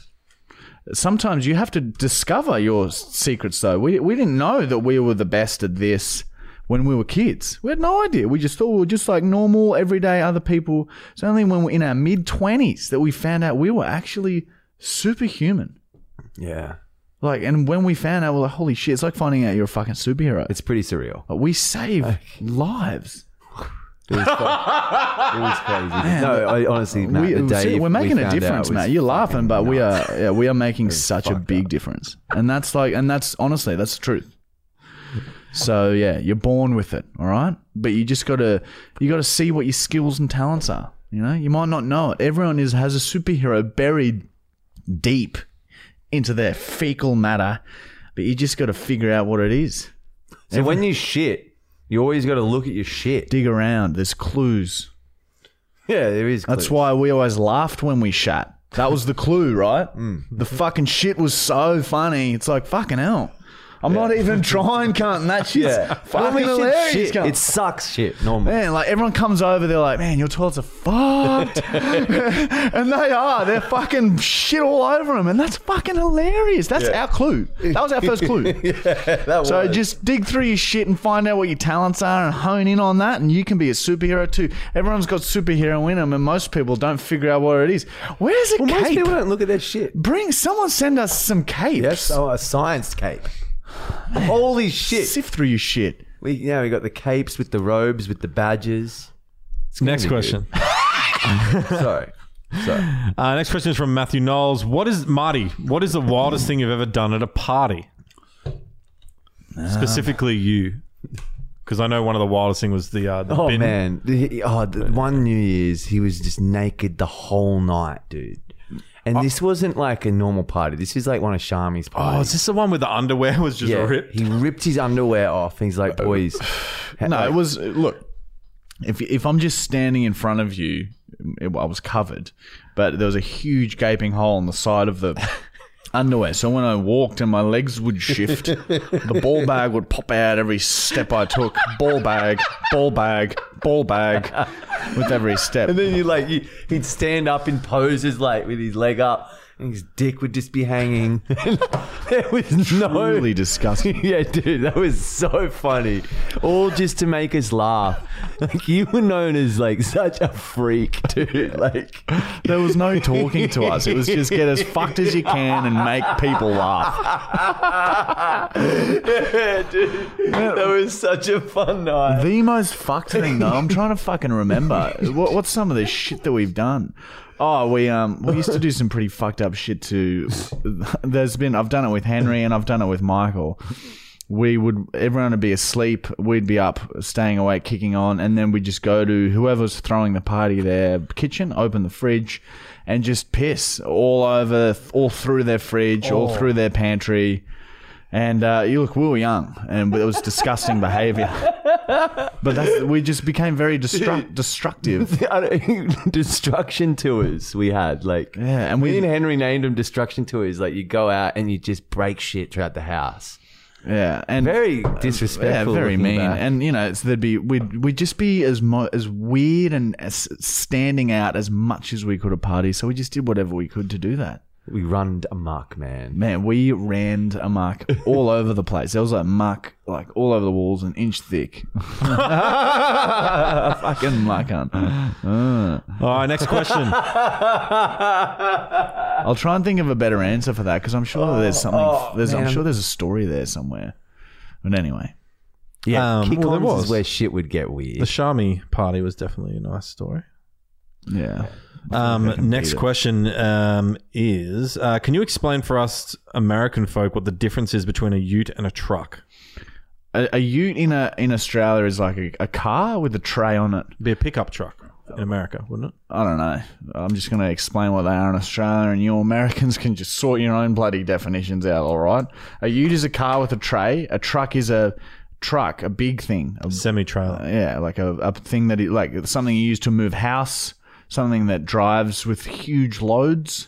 sometimes you have to discover your s- secrets though we, we didn't know that we were the best at this when we were kids we had no idea we just thought we were just like normal everyday other people it's only when we're in our mid-20s that we found out we were actually superhuman Yeah. like and when we found out we're like holy shit it's like finding out you're a fucking superhero It's pretty surreal. Like, we save lives It was, cra- it was crazy. no, I, honestly, Matt, we, the day see, we're we making a found out difference, was Matt. You're laughing, but fucking we nuts. are yeah, we are making such a big difference, and that's like, and that's honestly, that's the truth. So yeah, you're born with it, all right. But you just gotta you gotta see what your skills and talents are. You know, you might not know it. Everyone is has a superhero buried deep into their fecal matter, but you just gotta figure out what it is. So when you shit, you always got to look at your shit. Dig around. There's clues. Yeah, there is. That's why we always laughed when we shat. That was the clue, right? The fucking shit was so funny. It's like fucking hell. I'm not even trying, cunt. That shit's fucking Normally shit's hilarious, shit. cunt. It sucks shit normally. Man, like everyone comes over, they're like, "Man, your toilets are fucked," and they are. They're fucking shit all over them, and that's fucking hilarious. That's our clue. That was our first clue. so just dig through your shit and find out what your talents are, and hone in on that, and you can be a superhero too. Everyone's got superhero in them, and most people don't figure out what it is. Where's a Well, most cape? people don't look at that shit. Bring someone, send us some capes. Yes, oh, a science cape. Holy shit! Sift through your shit. We yeah, we got the capes with the robes with the badges. Next be good. question. So, so Uh, next question is from Matthew Knowles. What is Marty? What is the wildest thing you've ever done at a party? Specifically, you, because I know one of the wildest thing was the uh, the oh bin. man, The- oh the one New Year's he was just naked the whole night, dude. And this wasn't like a normal party. This is like one of Shami's Oh, parties. is this the one where the underwear was just yeah, ripped? he ripped his underwear off. And he's like, boys, No, it was uh, look. If if I'm just standing in front of you, it, I was covered, but there was a huge gaping hole on the side of the underwear. So when I walked and my legs would shift, the ball bag would pop out every step I took. Ball bag, ball bag, ball bag, with every step. And then you like you, he'd stand up in poses like with his leg up, and his dick would just be hanging. there was no. Really disgusting. Yeah, dude, that was so funny. All just to make us laugh. Like you were known as like such a freak, dude. Like There was no talking to us. It was just get as fucked as you can and make people laugh. that was such a fun night. The most fucked thing though. I'm trying to fucking remember. What, what's some of the shit that we've done? Oh, we um we used to do some pretty fucked up shit too. There's been I've done it with Henry and I've done it with Michael. We would everyone would be asleep, we'd be up, staying awake, kicking on, and then we'd just go to whoever's throwing the party their kitchen, open the fridge, and just piss all over, all through their fridge, all through their pantry. And uh, you look, we were young, and it was disgusting behaviour. But that's, we just became very destruct- destructive. I don't- destruction tours we had like Yeah, and we- me and Henry named them destruction tours. Like you go out and you just break shit throughout the house. Yeah, and Very yeah, disrespectful. very looking mean. back. And you know, it's, there'd be we'd we'd just be as mo- as weird and as standing out as much as we could at parties. So we just did whatever we could to do that. We run amok, man. Man, we ran a muck all over the place. There was like muck like all over the walls, an inch thick. Fucking muck on. All right, next question. I'll try and think of a better answer for that because I'm sure there's something. there's, I'm man. sure there's a story there somewhere. But anyway, Yeah, Um, kick well, there ons was. is where shit would get the weird. Shami party was definitely a nice story. yeah. Um, next beat it. question um, is: uh, Can you explain for us American folk what the difference is between a Ute and a truck? a, a ute in a in Australia is like a, a car with a tray on it. It'd be a pickup truck in America, wouldn't it? I don't know. I'm just going to explain what they are in Australia, and you Americans can just sort your own bloody definitions out. All right. A ute is a car with a tray. A truck is a truck, a big thing. Um, A, Semi trailer. yeah, like a, a thing that it, like something you use to move house, something that drives with huge loads.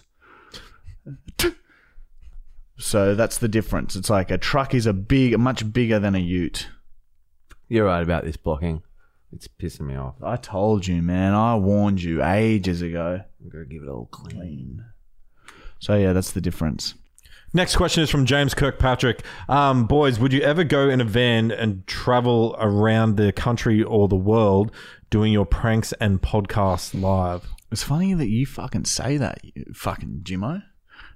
So that's the difference. It's like a truck is a big, much bigger than a ute. You're right about this blocking. It's pissing me off. I told you, man. I warned you ages ago. I'm gonna give it all clean. So yeah, that's the difference. Next question is from James Kirkpatrick. Um, boys, would you ever go in a van and travel around the country or the world doing your pranks and podcasts live? It's funny that you fucking say that, you fucking Jimmo,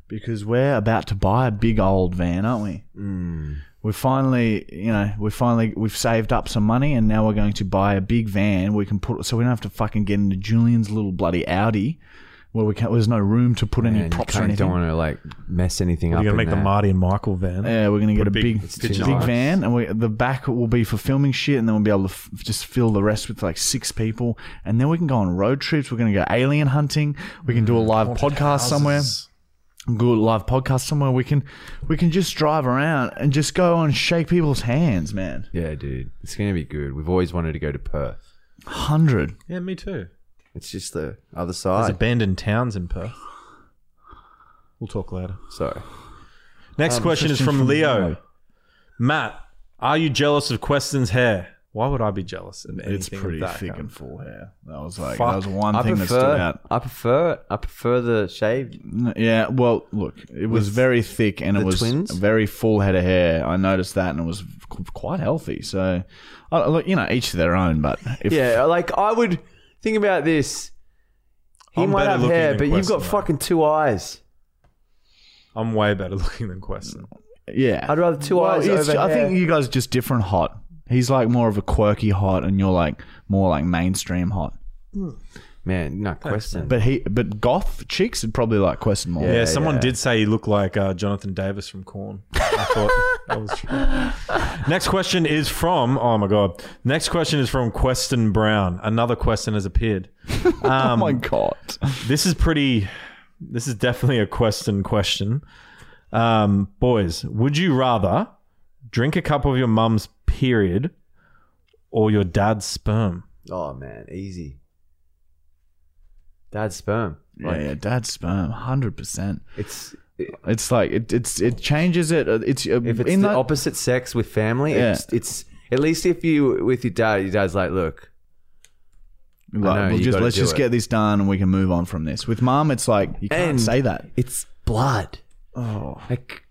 because we're about to buy a big old van, aren't we? Mm. We finally, you know, we finally we've saved up some money, and now we're going to buy a big van. We can put so we don't have to fucking get into Julian's little bloody Audi, where we can't. There's no room to put any And you props or kinda anything. don't want to like mess anything up. You're going to make in the there. Uh, Marty and Michael van. Yeah, Uh, we're gonna get a a big big, picture big, box. van, and we, the back will be for filming shit, and then we'll be able to f- just fill the rest with like six people, and then we can go on road trips. We're gonna go alien hunting. We can do Mm, a live podcast somewhere. Good live podcast somewhere. We can, we can just drive around and just go and shake people's hands, man. Yeah, dude, it's gonna be good. We've always wanted to go to Perth. Hundred. Yeah, me too. It's just the other There's side. abandoned towns in Perth. We'll talk later. Sorry. Um, Next question is from Leo. Matt, are you jealous of Queston's hair? Why would I be jealous of anything? It's of pretty that thick kind and full hair. That was like Fuck. that was one I thing that stood prefer, out. I prefer, I prefer the shaved. N- Yeah, well, look, it was very thick and it the was twins? a very full head of hair. I noticed that and it was qu- quite healthy. So, I, look, you know, each to their own. But if Yeah, like I would think about this. He I'm might better have looking hair, than but you've got Queston, though. fucking two eyes. I'm way better looking than Queston. yeah, I'd rather two eyes it's over ju- I think hair. you guys are just different hot. He's like more of a quirky hot, and you're like more like mainstream hot. Man, no question. But he, but goth chicks would probably like Question more. Yeah, Yeah, someone yeah. did say you look like uh, Jonathan Davis from Corn. I thought that was true. Next question is from oh my god. Next question is from Queston Brown. Another question has appeared. Um, oh my god. This is pretty. This is definitely a Queston question. Um, boys, would you rather drink a cup of your mum's period or your dad's sperm? oh man, easy. Dad's sperm. Yeah, yeah, dad's sperm, hundred percent. It's It's like it, it's it changes it. uh, It's uh, if it's in the that, opposite sex with family, Yeah. it's, it's at least if you with your dad, your dad's like, look, like, know, we'll you just gotta let's do just it. get this done and we can move on from this. With mom, it's like you can't And- say that. it's blood. Oh, Like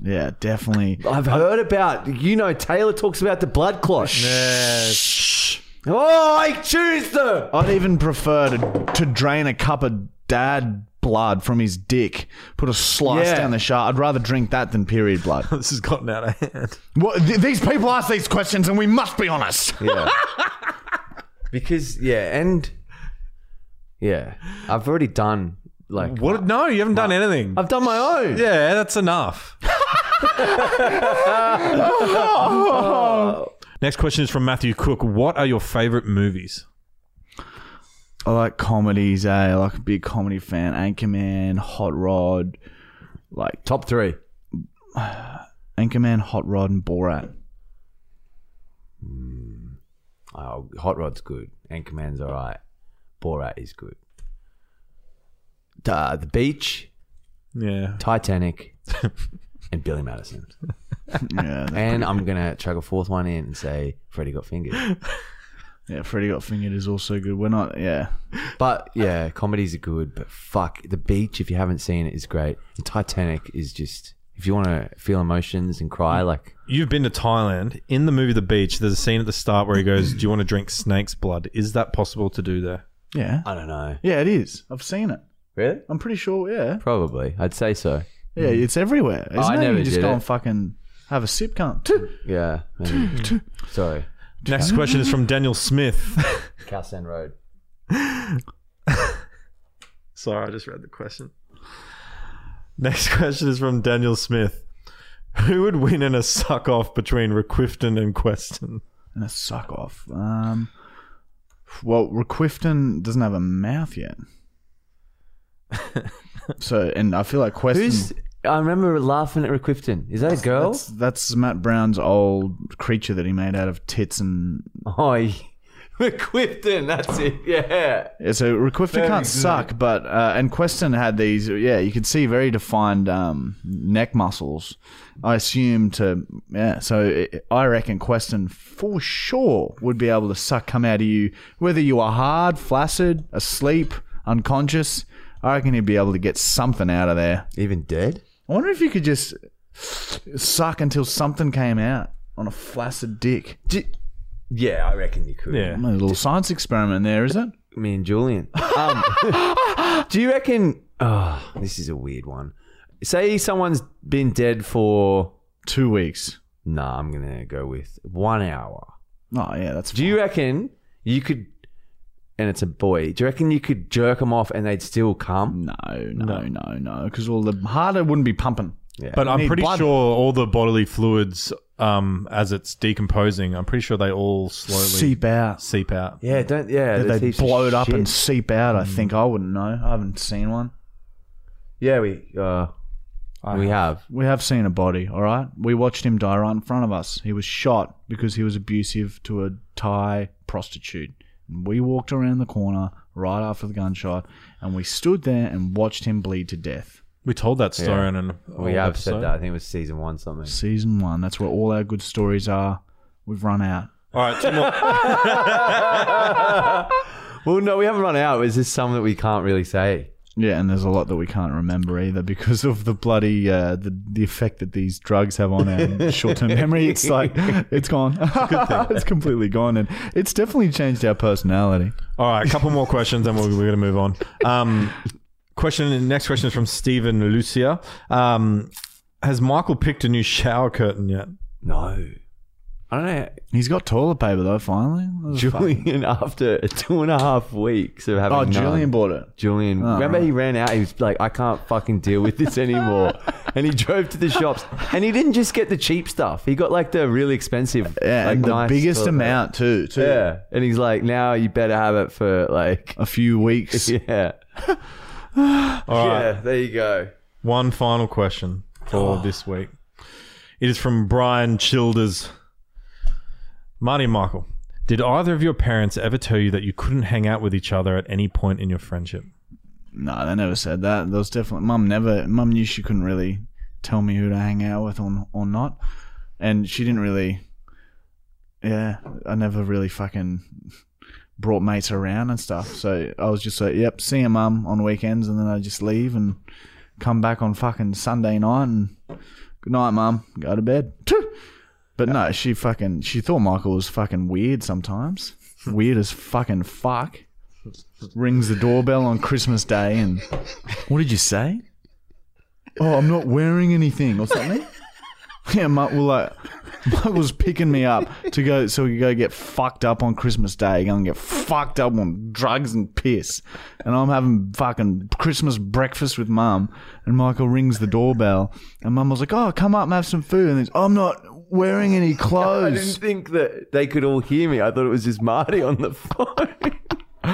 yeah, definitely. I've heard about, you know, Taylor talks about the blood clot. Yes. Oh, I choose the. I'd even prefer to to drain a cup of dad blood from his dick, put a slice Yeah. down the shaft. I'd rather drink that than period blood. This has gotten out of hand. What, th- these people ask these questions, and we must be honest. Yeah. because yeah, and yeah, I've already done like What? No, you haven't done anything. I've done my own. Yeah, that's enough. Next question is from Matthew Cook. What are your favorite movies? I like comedies, eh? I like a big comedy fan. Anchorman, Hot Rod, like Top three. Anchorman, Hot Rod, and Borat. Oh, Hot Rod's good. Anchorman's all right. Borat is good. Uh, the Beach, Yeah. Titanic, and Billy Madison. Yeah, that- And I'm gonna chuck a fourth one in and say Freddie got fingered. yeah. Freddy Got Fingered is also good. We're not, yeah. But yeah, comedies are good. But fuck, The Beach, if you haven't seen it, is great. And Titanic is just if you want to feel emotions and cry, like You've been to Thailand. In the movie The Beach, there's a scene at the start where he goes, Do you want to drink snake's blood? Is that possible to do there? Yeah. I don't know. Yeah, it is. I've seen it. Really? I'm pretty sure, yeah. Probably. I'd say so. Yeah, it's everywhere. Isn't Hmm. I it? never you just did go it. and fucking have a sip, cunt. Yeah. maybe. Sorry. Next question is from Daniel Smith. Calsand Road. Sorry, I just read the question. Next question is from Daniel Smith. Who would win in a suck off between Requifton and Queston? And a suck off. Um, well, Requifton doesn't have a mouth yet. so, and I feel like Question. Who's? I remember laughing at Requifton. Is that a girl? That's, that's Matt Brown's old creature that he made out of tits and. Oh, yeah. Requifton. That's it. Yeah. Yeah, so Requifta can't suck, but uh, and Queston had these. Yeah, you could see very defined um, neck muscles. I assume to yeah. So it, I reckon Queston for sure would be able to suck come out of you, whether you are hard, flaccid, asleep, unconscious. I reckon he'd be able to get something out of there. Even dead? I wonder if you could just suck until something came out on a flaccid dick. D- yeah, I reckon you could. A little science experiment there, is it? Me and Julian. Um, do you reckon? Oh, this is a weird one. Say someone's been dead for. Two weeks. Nah, I'm gonna go with one hour. Oh yeah, that's. Do you reckon you could? And it's a boy. Do you reckon you could jerk them off and they'd still come? No, no, no, no. Because all the harder wouldn't be pumping. Yeah. But I'm need pretty blood. sure all the bodily fluids, um, as it's decomposing, I'm pretty sure they all slowly seep, Seep out. out. yeah, don't. Yeah, They there's they heaps of blow it up shit. Mm. and seep out. I think I wouldn't know. I haven't seen one. Yeah, we uh, we have. We have seen a body. All right, we watched him die right in front of us. He was shot because he was abusive to a Thai prostitute. And we walked around the corner right after the gunshot, and we stood there and watched him bleed to death. We told that story Yeah. on an We old have episode. said that. I think it was season one something. Season one. That's where all our good stories are. We've run out. All right, two more. Well, no, we haven't run out. Is this some that we can't really say? Yeah, and there's a lot that we can't remember either because of the bloody uh, the the effect that these drugs have on our short-term memory. It's like it's gone. it's completely gone, and it's definitely changed our personality. All right, a couple more questions, and we're, we're going to move on. Um, question. Next question is from Stephen Lucia. Um, has Michael picked a new shower curtain yet? No. I don't know. He's got toilet paper though. Finally, That was fucking- Julian, after two and a half weeks of having Oh, none- Julian Oh, bought it. Julian, remember he ran out. He was like, "I can't fucking deal with this anymore," and he drove to the shops. And he didn't just get the cheap stuff; he got like the really expensive, Yeah, like, and the nice biggest toilet amount too. Too. paper. Yeah, and he's like, "Now you better have it for like, A few weeks. yeah, All right, yeah." There you go. one final question for this week. It is from Brian Childers. Marty and Michael, did either of your parents ever tell you that you couldn't hang out with each other at any point in your friendship? No, they never said that. There was definitely mum never mum knew she couldn't really tell me who to hang out with or, or not, and she didn't really. Yeah, I never really fucking brought mates around and stuff. So I was just like, yep, see your mum on weekends, and then I just leave and come back on fucking Sunday night and good night, mum, go to bed. But no, she fucking she thought Michael was fucking weird sometimes, weird as fucking fuck rings the doorbell on Christmas Day and what did you say? Oh, I'm not wearing anything or something. Yeah, Mike well, like, Mike was picking me up to go so we could go get fucked up on Christmas Day, go and get fucked up on drugs and piss. And I'm having fucking Christmas breakfast with mum and Michael rings the doorbell and mum was like, Oh, come up and have some food and he's I'm not wearing any I clothes. didn't think that they could all hear me. I thought it was just Marty on the phone.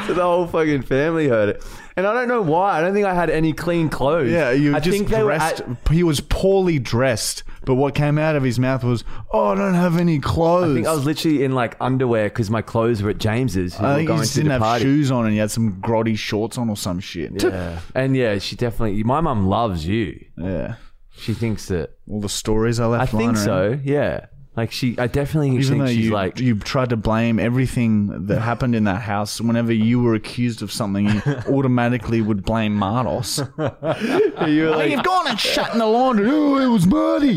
So the whole fucking family heard it, and I don't know why. I don't think I had any clean clothes. Yeah, you I just think they were dressed. at- he was poorly dressed, but what came out of his mouth was, "Oh, I don't have any clothes." I think I was literally in like underwear because my clothes were at James's. who I were think Uh, he going just to didn't the have party. shoes on, and he had some grotty shorts on or some shit. Yeah. And yeah, she definitely. My mum loves you. Yeah. She thinks that. All the stories I left. I lying think around. so. Yeah. Like she, I definitely Even think though she's you, like. you tried to blame everything that happened in that house, whenever you were accused of something, you automatically would blame Mardos. you were oh, like, you've gone and shut in the laundry. Oh, it was Marty.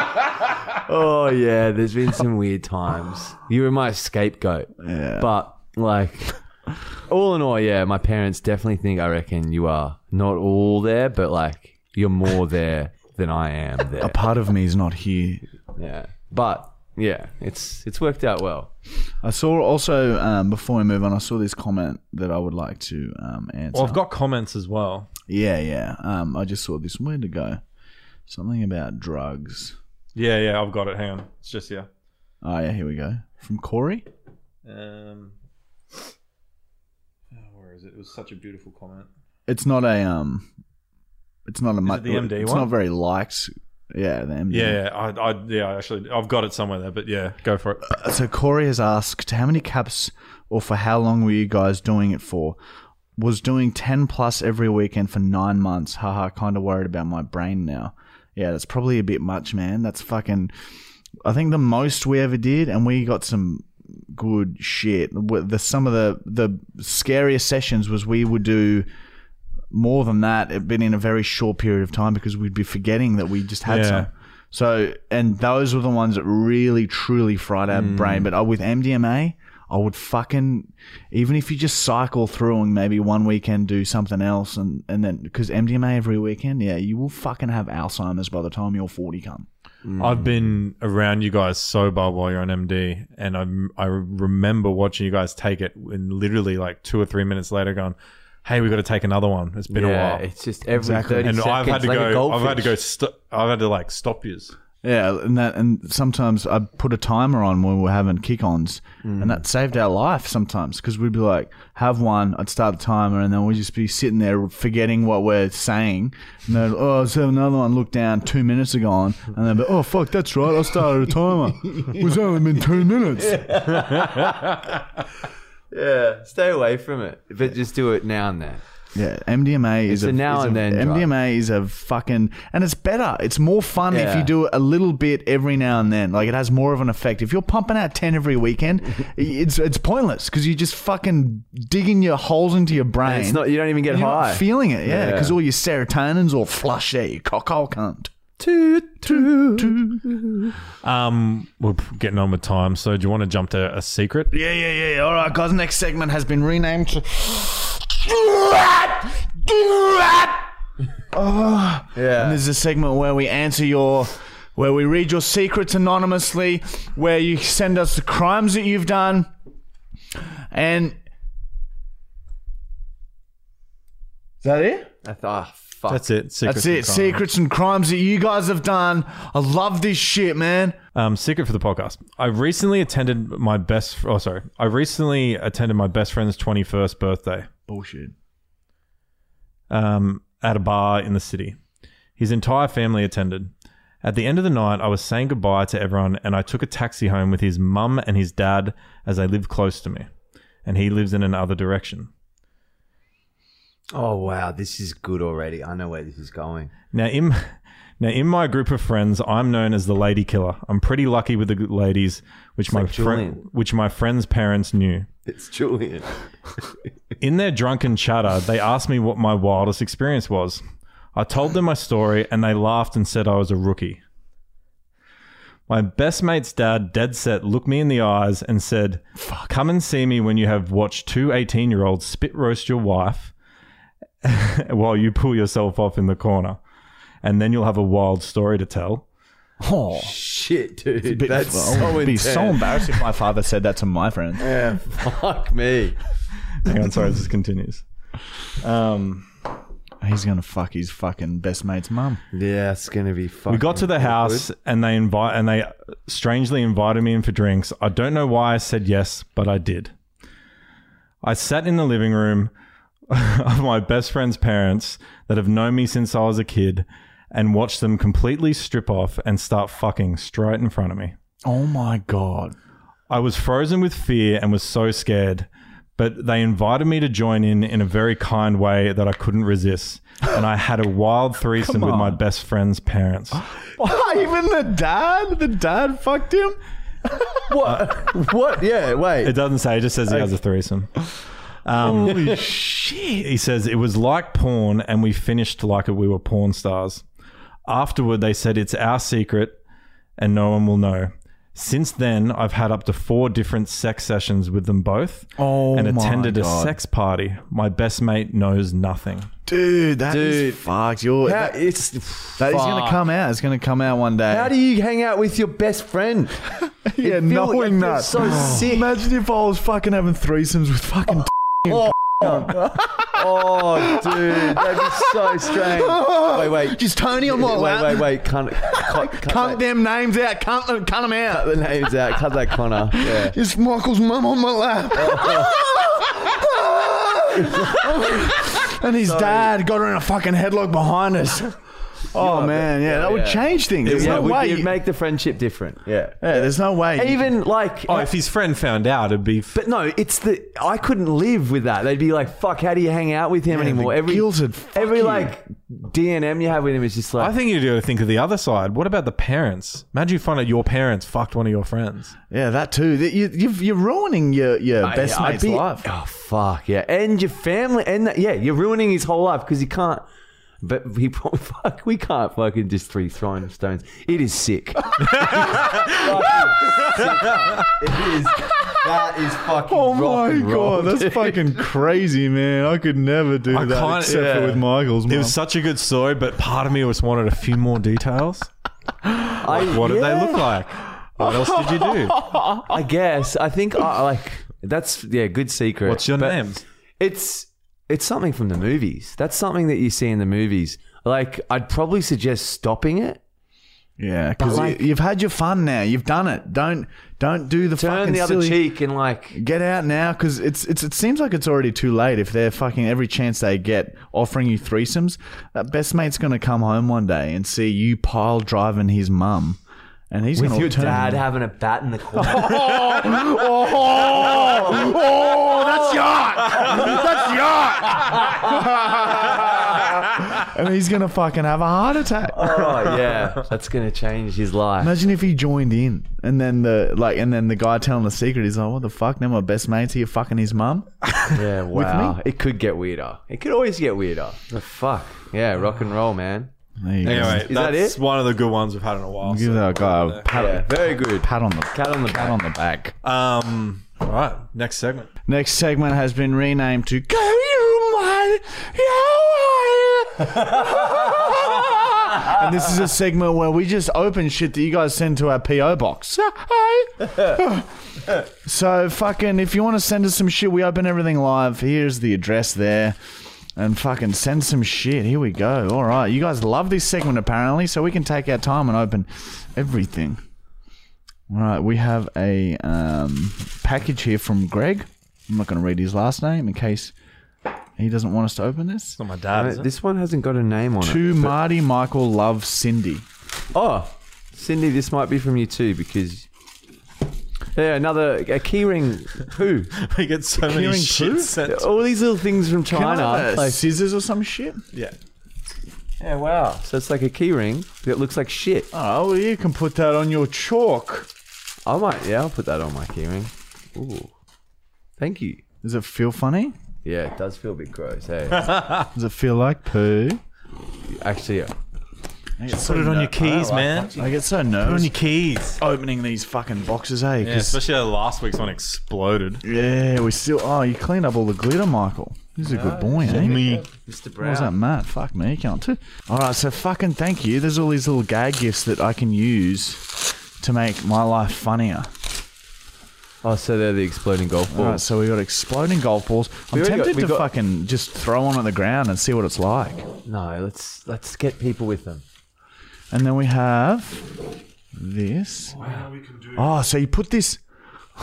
oh yeah, there's been some weird times. You were my scapegoat. Yeah. But like, all in all, yeah, my parents definitely think I reckon you are not all there, but like you're more there than I am there. Part of me is not here. Yeah. But yeah, it's it's worked out well. I saw also um, before we move on, I saw this comment that I would like to um, answer. Well, I've got comments as well. yeah, yeah. Um, I just saw this. Where to go? Something about drugs. Yeah, yeah, I've got it. Hang on, it's just yeah. Oh yeah, here we go. From Corey. Um, oh, where is it? It was such a beautiful comment. It's not a um. It's not a much. the MD It's one? not very liked. Yeah, the MD. Yeah, yeah, I, I, yeah, I actually, I've got it somewhere there, but yeah, go for it. So Corey has asked, how many caps or for how long were you guys doing it for? Was doing ten plus every weekend for nine months. Haha, kind of worried about my brain now. Yeah, that's probably a bit much, man. That's fucking. I think the most we ever did, and we got some good shit. Wh- The some of the the scariest sessions was we would do more than that. It been in a very short period of time because we'd be forgetting that we just had Yeah. some. So and those were the ones that really truly fried our brain. But uh, with MDMA, I would fucking even if you just cycle through and maybe one weekend do something else and and then because MDMA every weekend, yeah, you will fucking have Alzheimer's by the time you're forty. Come. Mm. I've been around you guys sober while you're on MD, and I I remember watching you guys take it, and literally like two or three minutes later, going, "Hey, we got to take another one. It's been yeah, a while." it's just every Exactly. thirty And seconds. I've had to like a go. I've goldfish. had to go. St- I've had to like stop yous. Yeah, and that and sometimes I put a timer on when we were having kick-ons, and that saved our life sometimes because we'd be like, have one, I'd start the timer, and then we'd just be sitting there forgetting what we're saying, and then oh, let's have another one. Look down, two minutes are gone, and then be, oh fuck, that's right, I started a timer. it's only been two minutes. Yeah, stay away from it, but just do it now and then. Yeah, MDMA is a a now is and a- then drug. MDMA is a fucking and it's better. It's more fun if Yeah. you do it a little bit every now and then. Like it has more of an effect. If you're pumping out ten every weekend, it's it's pointless because you're just fucking digging your holes into your brain. it's not. You don't even get You're not high. feeling it, yeah, Yeah. because all your serotonin's all flush out your cockhole cunt. Toot, toot. Um, we're p- getting on with time, so do you want to jump to a secret? Yeah, yeah, yeah. yeah. All right, guys. Next segment has been renamed to. Oh. And Yeah. This is a segment where we answer your, where we read your secrets anonymously, where you send us the crimes that you've done, and. Is that it? I thought, oh, fuck. That's it. Secret That's it. Secrets and crimes that you guys have done. I love this shit, man. Um, secret for the podcast. I recently attended my best. Oh, sorry. I recently attended my best friend's twenty-first birthday. Bullshit. um, at a bar in the city. His entire family attended. At the end of the night, I was saying goodbye to everyone and I took a taxi home with his mum and his dad as they live close to me. And he lives in another direction. Oh wow, this is good already. I know where this is going. Now, in, now in my group of friends, I'm known as the lady killer. I'm pretty lucky with the good ladies, which, my, like fri- Julian. which my friend's parents knew. It's Julian. In their drunken chatter, they asked me what my wildest experience was. I told them my story and they laughed and said I was a rookie. My best mate's dad, dead set, looked me in the eyes and said, Come and see me when you have watched two 18 year olds spit roast your wife while you pull yourself off in the corner. And then you'll have a wild story to tell. Oh, Shit, dude. bit- That's well, so I'd be intense. so embarrassed if my father said that to my friend. yeah, fuck me. Hang on, sorry, this continues. Um, He's gonna fuck his fucking best mate's mum. Yeah, it's gonna be fucking. We got to the house and they invite and they strangely invited me in for drinks. I don't know why I said yes, but I did. I sat in the living room of my best friend's parents that have known me since I was a kid and watched them completely strip off and start fucking straight in front of me. Oh my god. I was frozen with fear and was so scared, but they invited me to join in in a very kind way that I couldn't resist. And I had a wild threesome with my best friend's parents. Even the dad? The dad fucked him? What? what? Yeah, wait. It doesn't say. It just says he has a threesome. Um, Holy shit. He says it was like porn, and we finished like we were porn stars. Afterward, they said it's our secret, and no one will know. Since then, I've had up to four different sex sessions with them both, Oh and my attended a God. sex party. My best mate knows nothing. Dude, that is Dude. fucked. You're, how, that- it's that is going to fuck. come out. It's going to come out one day. How do you hang out with your best friend? yeah, it feel- it knowing that. feels so sick. Imagine if I was fucking having threesomes with fucking. Oh, dude, that'd be so strange. Wait, wait. Just Tony on what? wait, Wait, wait, wait. Cunt, cut, cut, Cunt that- them names out. Cunt them, cunt them cut out. the names out. Cut that Connor. Yeah. It's Michael's mum on my lap. and his dad got her in a fucking headlock behind us. Oh, man. Yeah, that would yeah. change things. There's yeah, no would way. it'd make the friendship different. Yeah. yeah, there's no way. you- Even like, Oh, if his friend found out, it'd be. F- but no, it's the I couldn't live with that. They'd be like, "Fuck, how do you hang out with him the anymore?" Every guilt would fuck every you. like DNM you have with him is just like, I think you do think of the other side. What about the parents? Imagine you find out your parents fucked one of your friends. Yeah, that too. That You, you've, you're ruining your, your I- best I'd mate's be- life. Oh fuck yeah, and your family, and that, yeah, you're ruining his whole life because he can't. But he probably fuck. We can't fucking just three throwing stones. It is sick. Fucking sick. It is. That is fucking. Oh my rock and roll, god, that's dude. fucking crazy, man! I could never do I that can't- except yeah. for with Michael's It mum. was such a good story, but part of me just wanted a few more details. I, What did they yeah, look like? What else did you do? I guess. I think I like. That's yeah. Good secret. What's your But name? It's it's something from the movies. That's something that you see in the movies. Like I'd probably suggest stopping it. yeah, because like- you, have had your fun now. You've done it. Don't don't do the Turn fucking the other silly. cheek and like Get out now, because it's it's it seems like it's already too late. If they're fucking every chance they get offering you Uh, threesomes, that best mate's gonna come home one day and see you pile driving his mum, and he's With gonna your turn. dad having a bat in the corner. Oh, oh, oh, that's yacht. That's yacht. and he's gonna fucking have a heart attack. oh yeah, that's gonna change his life. Imagine if he joined in, and then the like, and then the guy telling the secret is like, "What the fuck? Now my best mate's here fucking his mum." Yeah, wow. It could get weirder. It could always get weirder. The fuck. Yeah, rock and roll, man. There you Anyway, go. that's that it? one of the good ones we've had in a while. give so- that guy a pat, Yeah, very good. pat on the Cat on the pat back. on the back. Um, all right, next segment. Next segment has been renamed to Go You Mine Yahweh. And this is a segment where we just open shit that you guys send to our PO box. so fucking, if you want to send us some shit, we open everything live. Here's the address there. And fucking send some shit. Here we go. All right. You guys love this segment apparently, so we can take our time and open everything. All right, we have a um, package here from Greg. I'm not going to read his last name in case he doesn't want us to open this. It's not my dad. Is it? Uh, This one hasn't got a name on it. To Marty Michael Love Cindy. Oh, Cindy, this might be from you too because yeah, another a keyring. Who? We get so many Hearing poo? shit sent. All these little things from Can I China. have, uh, Like, scissors or some shit? Yeah. yeah, wow. So it's like a keyring that looks like shit. Oh, well, you can put that on your chalk. I might, yeah, I'll put that on my keyring. Ooh, thank you. Does it feel funny? Yeah, it does feel a bit gross. Hey, Does it feel like poo? actually, yeah. I get so Put it on ner- your keys, man. I get so nervous keys. opening these fucking boxes, eh? Yeah, 'Cause- especially last week's one exploded. yeah, we still. Oh, you cleaned up all the glitter, Michael. He's a good boy, eh? Me. Mr. What was that, Matt? Fuck me, can't too. All right, so fucking thank you. There's all these little gag gifts that I can use to make my life funnier. Oh, so they're the exploding golf All balls. right, Oh, so we got exploding golf balls. I'm We already got- tempted we to got- fucking just throw one on the ground and see what it's like. No, let's let's get people with them. And then we have this. Oh, so you put this.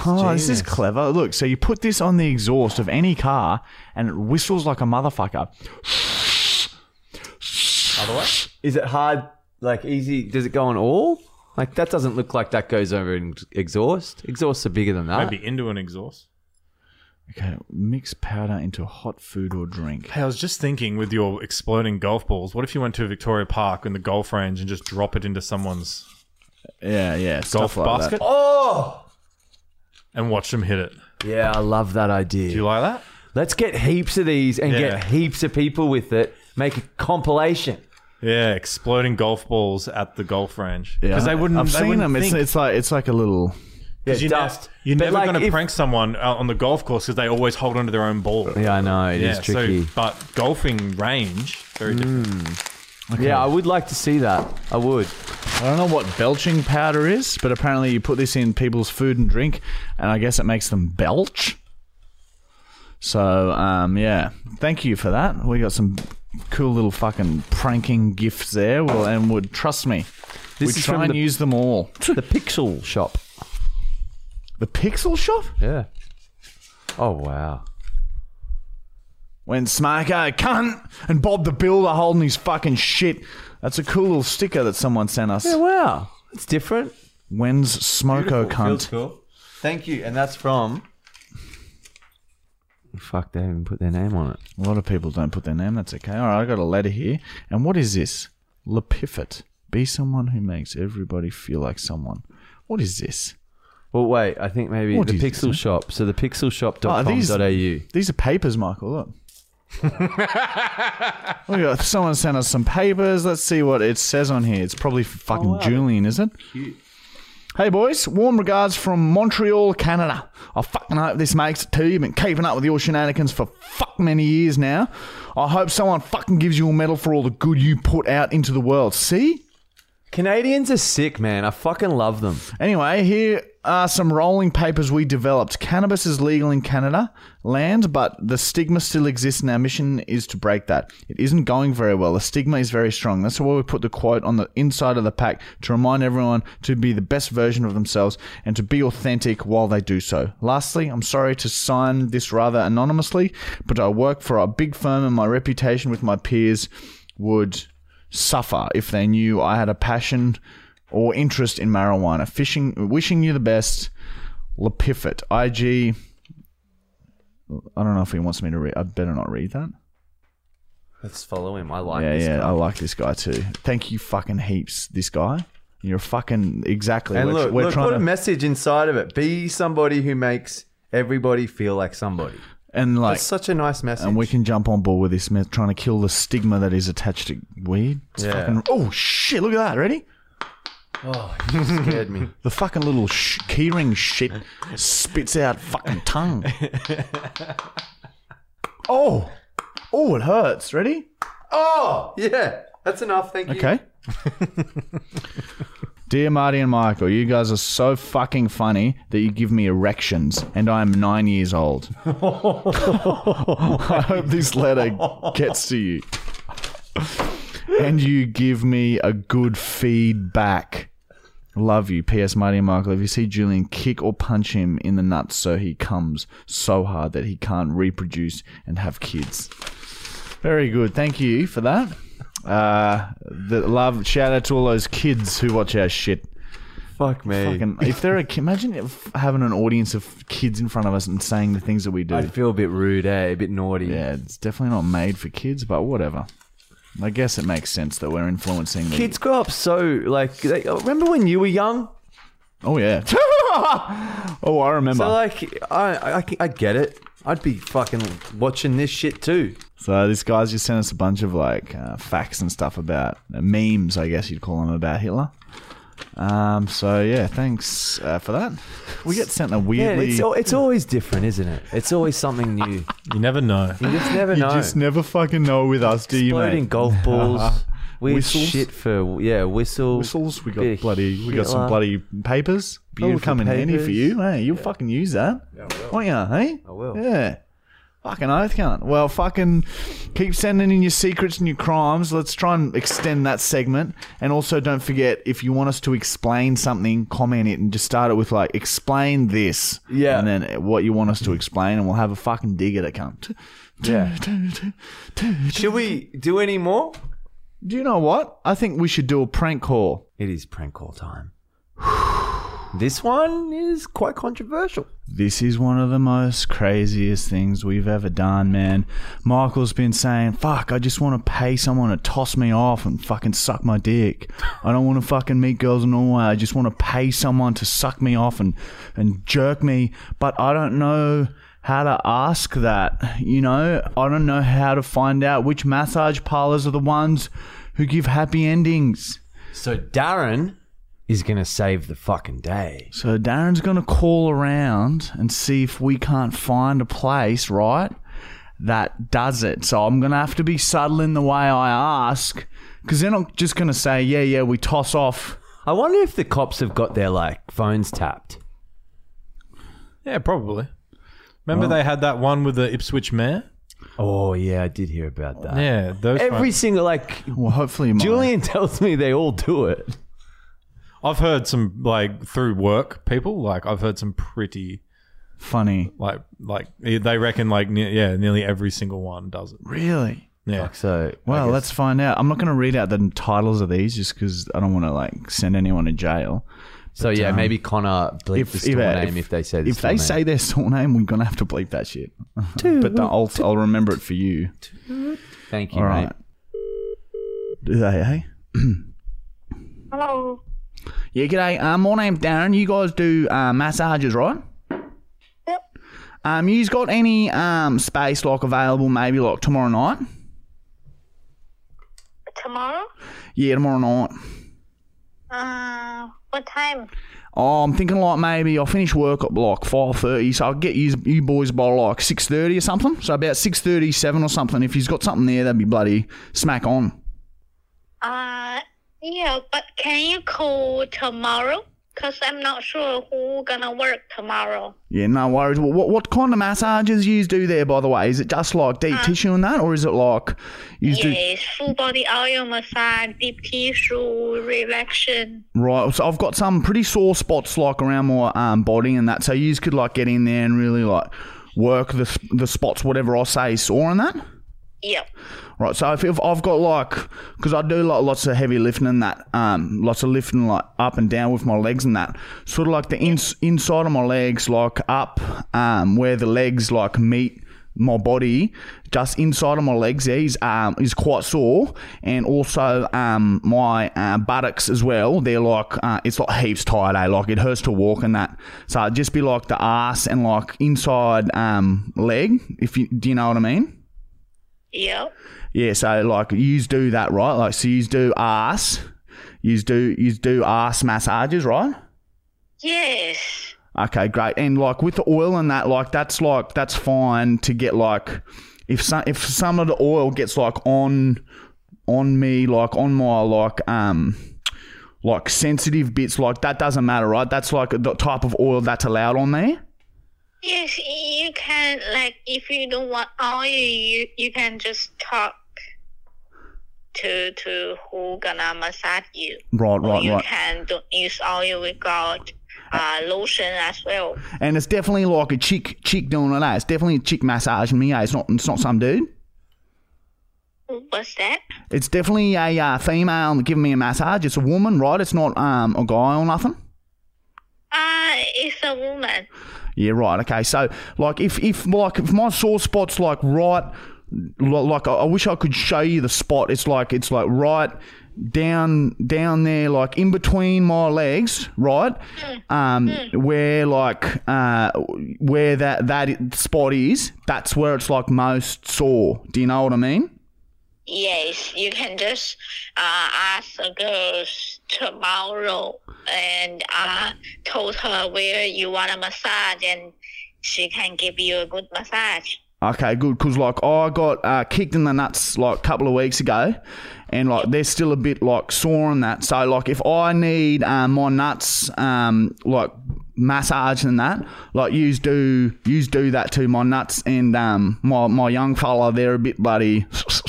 Oh, this is genius. clever. Look, so you put this on the exhaust of any car and it whistles like a motherfucker. Otherwise, Is it hard? Like easy? Does it go on all? Like that doesn't look like that goes over in exhaust. Exhausts are bigger than that. maybe into an exhaust. Okay, mix powder into hot food or drink. Hey, I was just thinking with your exploding golf balls, what if you went to Victoria Park in the golf range and just drop it into someone's Yeah, yeah. golf stuff like that. basket Oh, and watch them hit it? yeah, I love that Do idea. you like that? let's get heaps of these and Yeah. get heaps of people with it. Make a compilation. Yeah, exploding golf balls at the golf range Yeah, because they wouldn't. I've they seen wouldn't them. It's, think. it's like it's like a little. Yeah, 'Cause you dust. Ne- you're But, never like, going to if- prank someone uh, on the golf course because they always hold onto their own ball. Yeah, I know it is Yeah, tricky. Mm. So, but golfing range, very different. Yeah, I would like to see that. I would. I don't know what belching powder is, but apparently you put this in people's food and drink, and I guess it makes them belch. So um, yeah, thank you for that. We got some cool little fucking pranking gifts there. Well, and would trust me, This we is try from and the- use them all. the Pixel Shop. The Pixel Shop Yeah. Oh wow. when Smarko cunt and Bob the Builder holding his fucking shit. That's a cool little sticker that someone sent us. Yeah, wow. It's different. When's Smoko cunt? Thank you, and that's from. Fuck, they haven't put their name on it. A lot of people don't put their name. That's okay. All right, I got a letter here. And what is this? Lepiffet. Be someone who makes everybody feel like someone. What is this? Well, wait, I think maybe What the is this, Pixel Shop. So the Oh, these- pixelshop.com.au. These are papers, Michael. Look. we got someone sent us some papers. Let's see what it says on here. It's probably fucking Julian, is it? Hey boys, warm regards from Montreal, Canada. I fucking hope this makes it to you. Been keeping up with your shenanigans for fuck many years now. I hope someone fucking gives you a medal for all the good you put out into the world. See? Canadians are sick, man. I fucking love them. Anyway, here are some rolling papers we developed. Cannabis is legal in Canada land, but the stigma still exists, and our mission is to break that. It isn't going very well. The stigma is very strong. That's why we put the quote on the inside of the pack to remind everyone to be the best version of themselves and to be authentic while they do so. Lastly, I'm sorry to sign this rather anonymously, but I work for a big firm, and my reputation with my peers would suffer if they knew I had a passion or interest in marijuana. Fishing, wishing you the best. Lepiffet, IG. I don't know if he wants me to read. I better not read that. Let's follow him. I like Yeah, this yeah, guy. I like this guy too. Thank you, fucking heaps, this guy. You're fucking exactly. And we're, look, we're look trying put to, a message inside of it. Be somebody who makes everybody feel like somebody. and like, That's such a nice message. and we can jump on board with this myth, trying to kill the stigma that is attached to weed. It's Yeah. fucking, oh shit! Look at that. Ready? scared me. The fucking little sh- keyring shit spits out fucking tongue. oh, oh, it hurts. Ready? Oh, yeah. That's enough. Thank you. Okay. Dear Marty and Michael, you guys are so fucking funny that you give me erections, and I am nine years old. I hope this letter gets to you. And you give me a good feedback. Love you. P.S. Marty and Michael, if you see Julian, kick or punch him in the nuts so he comes so hard that he can't reproduce and have kids. Very good. Thank you for that. Uh, the love. Shout out to all those kids who watch our shit. Fuck me. Fucking, if they're a kid, imagine if having an audience of kids in front of us and saying the things that we do. I feel a bit rude, eh? A bit naughty. yeah, it's definitely not made for kids, but whatever. I guess it makes sense that we're influencing the Kids grow up so like. They, oh, remember when you were young? Oh yeah. oh, I remember. So So, uh, like, I, I- I can- I get it. I'd be fucking watching this shit too. this guy's just sent us a bunch of like uh, facts and stuff about uh, memes, I guess you'd call them about Hitler. Um, so yeah, thanks uh, for that. We get sent a Yeah, weirdly. it's, al- it's always different, isn't it? It's always something new. You never know. You just never know. You just never fucking know with us, do you, Exploding mate? golf balls. Weird Whistles? shit for yeah, whistles. Whistles. We got bit of bloody. We got some Hitler. bloody papers. That'll Beautiful come in handy for papers. you. Hey, you'll fucking use that, won't ya? Hey, I will. Yeah. Fucking oath can't. Well, fucking keep sending in your secrets and your crimes. Let's try and extend that segment. And also, don't forget if you want us to explain something, comment it and just start it with like, explain this. Yeah. And then what you want us to explain, and we'll have a fucking dig at it, cunt. Yeah. Yeah. Should we do any more? Do you know what? I think we should do a prank call. It is prank call time. this one is quite controversial. This is one of the most craziest things we've ever done, man. Michael's been saying, fuck, I just want to pay someone to toss me off and fucking suck my dick. I don't want to fucking meet girls in Norway. I just want to pay someone to suck me off and, and jerk me. But I don't know how to ask that. You know, I don't know how to find out which massage parlors are the ones who give happy endings. So Darren is gonna save the fucking day. So Darren's going to call around and see if we can't find a place, right? That does it. So I'm going to have to be subtle in the way I ask because they're not just going to say, yeah, yeah, we toss off. I wonder if the cops have got their like phones tapped. Yeah, probably. Remember they had that one with the Ipswich mayor? Oh yeah, I did hear about that. Yeah, those. Every ones. single like Well, hopefully, my, Julian tells me they all do it. I've heard some like through work people. Like I've heard some pretty funny. like like they reckon like ne- yeah, nearly every single one does it. Really? Yeah, So Well, let's find out. I'm not going to read out the titles of these just because I don't want to like send anyone to jail. so yeah, maybe Connor bleep if- the store if, uh, name if- if, they say the If they store name. say their name, we're going to have to bleep that shit. but I'll, I'll remember it for you. thank you, All mate. right. Do they, eh? hey? Hello. Yeah, g'day. Um, my name's Darren. You guys do uh, massages, right? Yep. Um, you've got any um space like available maybe like tomorrow night? Tomorrow? Yeah, tomorrow night. Uh, what time? Oh, I'm thinking like maybe I'll finish work at like five thirty, so I'll get you, you boys by like six thirty or something. So about six thirty seven or something. If he's got something there, that'd be bloody smack on. Uh, yeah, but can you call tomorrow? Cause I'm not sure who gonna work tomorrow. Yeah, no worries. Wh- What what kind of massages you do there, by the way? Is it just like deep tissue and that, or is it like you do? Yes, full body oil massage, deep tissue relaxation. Right, so I've got some pretty sore spots like around my um, body and that. So you could like get in there and really like work the the spots, whatever I say, sore and that. Yep. Right. So if, if I've got like, because I do like lots of heavy lifting and that, um, lots of lifting like up and down with my legs and that, sort of like the ins- inside of my legs, like up, um, where the legs like meet my body, just inside of my legs there is um is quite sore, and also um my uh, buttocks as well. They're like uh, it's like heaps tired, eh? Like it hurts to walk and that. So it'd just be like the ass and like inside um leg. If you do you know what I mean? Yep. Yeah, so like yous do that, right? Like so yous do ass. Yous do yous do ass massages, right? Yes. Okay, great. And like with the oil and that, like that's like that's fine to get like if some if some of the oil gets like on on me, like on my like um like sensitive bits, like that doesn't matter, right? That's like the type of oil that's allowed on there. Yes, you can like if you don't want oil, you you can just talk to to who gonna massage you. Right, right, you right. can don't use oil without uh, lotion as well. And it's definitely like a chick chick doing all that. It's definitely a chick massaging me. eh? It's not it's not some dude. What's that? It's definitely a uh, female giving me a massage. It's a woman, right? It's not um, a guy or nothing. Uh, it's a woman. Yeah, right. Okay, so like if if like if my sore spot's like right, li- like I I wish I could show you the spot. It's like it's like right down down there, like in between my legs, right? Um, where like uh where that that spot is, that's where it's like most sore. Do you know what I mean? Yes, you can just uh, ask the girls tomorrow and uh, told her where you want a massage, and she can give you a good massage. Okay, good. Because like I got uh, kicked in the nuts like a couple of weeks ago, and like they're still a bit like sore on that. So like if I need um, my nuts um, like massage and that, like yous do yous do that to my nuts and um, my my young fella. They're a bit bloody.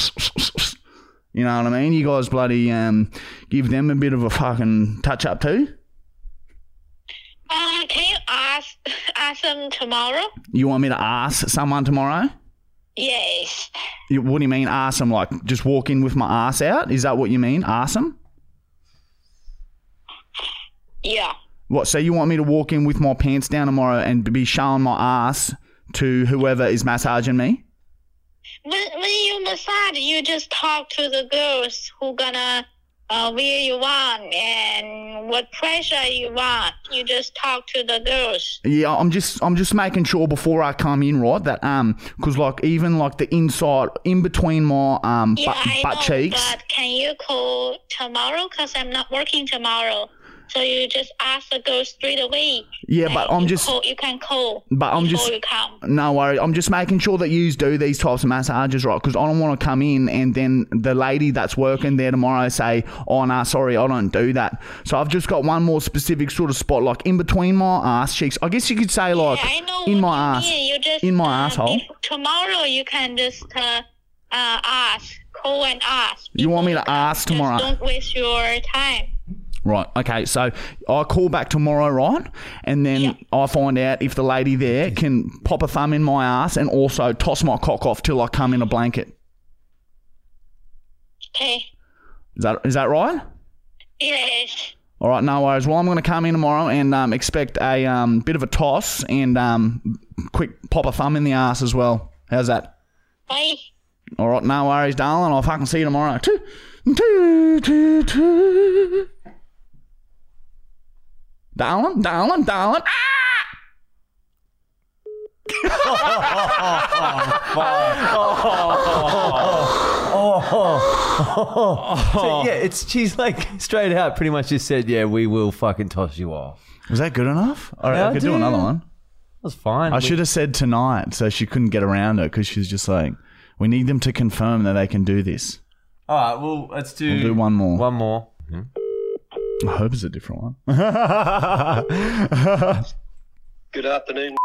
You know what I mean? You guys bloody um, give them a bit of a fucking touch up too. Uh, can you ask ask them tomorrow? You want me to ask someone tomorrow? Yes. You- What do you mean ask them? Like just walk in with my ass out? Is that what you mean? Ask them? Yeah. What? So you want me to walk in with my pants down tomorrow and be showing my ass to whoever is massaging me? When when you massage, you just talk to the girls who gonna uh, where you want and what pressure you want. You just talk to the girls. Yeah, I'm just I'm just making sure before I come in, right? That um, cause like even like the inside in between my um Yeah, butt, I butt know, cheeks. but can you call tomorrow? Cause I'm not working tomorrow. So you just ask the girls straight away. yeah, but Like, I'm you just call, you can call. But I'm before just- you come. no worry. I'm just making sure that you do these types of massages, right? Because I don't want to come in and then the lady that's working there tomorrow say, "Oh no, sorry, I don't do that." So I've just got one more specific sort of spot, like in between my ass cheeks. I guess you could say like yeah, I know in what my you ass. mean. You just, in my uh, asshole. if tomorrow you can just uh, uh, ask, call and ask. You want me to ask Just tomorrow? don't waste your time. Right. Okay. So I call back tomorrow, right? And then I find out if the lady there can pop a thumb in my ass and also toss my cock off till I come in a blanket. Okay. Is that is that right? Yes. All right. No worries. Well, I'm going to come in tomorrow and um, expect a um, bit of a toss and um, quick pop a thumb in the ass as well. How's that? Bye. All right. No worries, darling. I'll fucking see you tomorrow. Toot, toot, toot, toot. Darling, darling, darling. So, Oh. yeah, it's she's like straight out pretty much just said, yeah, we will fucking toss you off. Was that good enough? All right, Yeah, I could do dude. another one. That's fine. I should have said tonight, so she couldn't get around it because she's just like, we need them to confirm that they can do this. All right, well, let's do, We'll do one more. One more. I hope it's a different one. Good afternoon,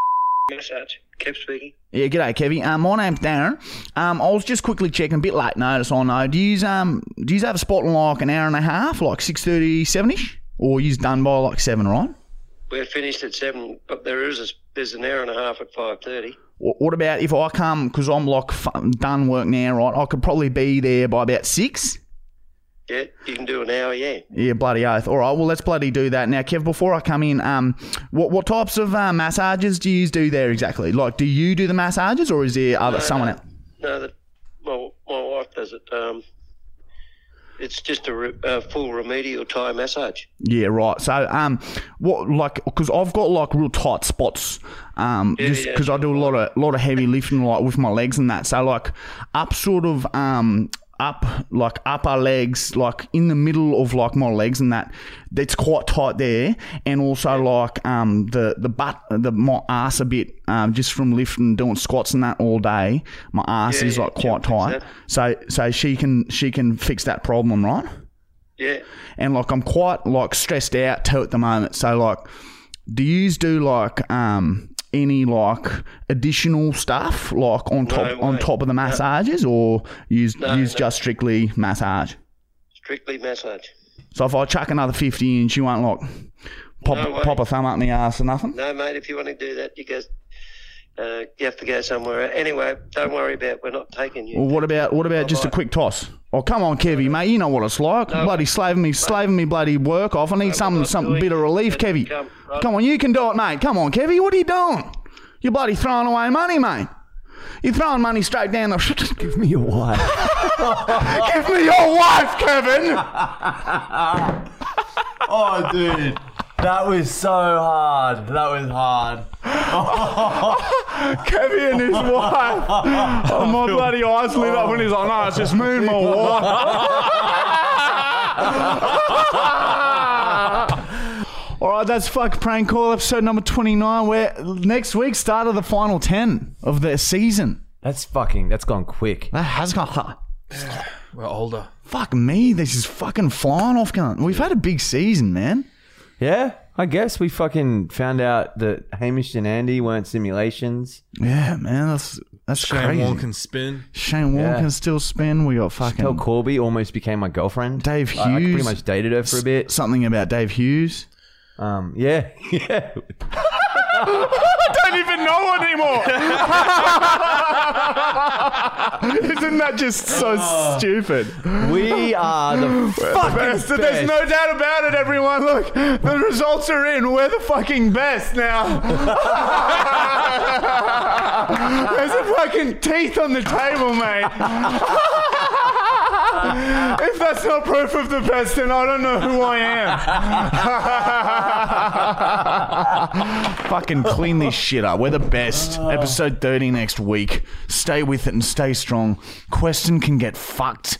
massage. Kev speaking. yeah, g'day, Kevy. Um, my name's Darren. Um, I was just quickly checking, a bit late notice. I know. Do you um, do you have a spot in like an hour and a half, like six thirty, seven ish, or you done by like seven, right? We're finished at seven, but there is a, there's an hour and a half at five thirty. "Wh- What about if I come because I'm like fu- done work now, right? I could probably be there by about six. Yeah, you can do an hour, yeah. Yeah, bloody oath. All right, well let's bloody do that now, Kev. Before I come in, um, what what types of uh, massages do you do there exactly? Like, do you do the massages or is there other someone else? No, that my, my wife does it. Um, it's just a, re, a full remedial Thai massage. Yeah, right. So, um, what like because I've got like real tight spots, um, Yeah, just yeah, because I do a lot of lot of heavy lifting like with my legs and that. So like up sort of um up like upper legs like in the middle of like my legs and that that's quite tight there and also like um the the butt the my ass a bit um just from lifting doing squats and that all day my ass Yeah, is yeah, like yeah, quite tight fix so so she can she can fix that problem right Yeah. and like I'm quite like stressed out too at the moment. So like, do yous do like um any like additional stuff like on top on way. top of the massages or use No, use no. just strictly massage? Strictly massage. So if I chuck another fifty in, she won't like pop No way. pop a thumb up my ass or nothing. No, mate, if you want to do that, you go. Uh, you have to go somewhere. Anyway, don't worry about. it. We're not taking you. Well, what about what about just a quick toss? Oh come on, Kevy, mate, you know what it's like. bloody slaving me, slaving me, bloody work off. I need something, not something doing bit of it. relief, Just Kevy. come, right. Come on, you can do it, mate. Come on, Kevy, what are you doing? You're bloody throwing away money, mate. You're throwing money straight down the. Give me your wife. Oh. Give me your wife, Kevin. oh, dude. That was so hard. That was hard. Kevy and his wife. Oh, my bloody eyes lit up when he's like, no, it's just me and my wife. All right, that's fuck prank call episode number twenty nine. Where next week start of the final ten of the season. That's fucking. That's gone quick. That has gone. We're older. Fuck me, this is fucking flying off. Cunt. We've had a big season, man. Yeah. I guess we fucking found out that Hamish and Andy weren't simulations. Yeah, man, that's that's Shane crazy. Warne can spin. Shane Warne Yeah. can still spin. We got Tell fucking Corby almost became my girlfriend. Dave I, I pretty Hughes. much dated her for a bit. something about Dave Hughes. Um, yeah, yeah. don't even know anymore. Isn't that just so Oh. stupid? We are the fucking Best. best. There's no doubt about it, everyone. Look, the results are in. We're the fucking best now. There's a fucking teeth on the table, mate. if that's not proof of the best, then I don't know who I am. fucking clean this shit up. We're the best. Episode 30 next week. Stay with it and stay strong. Question can get fucked.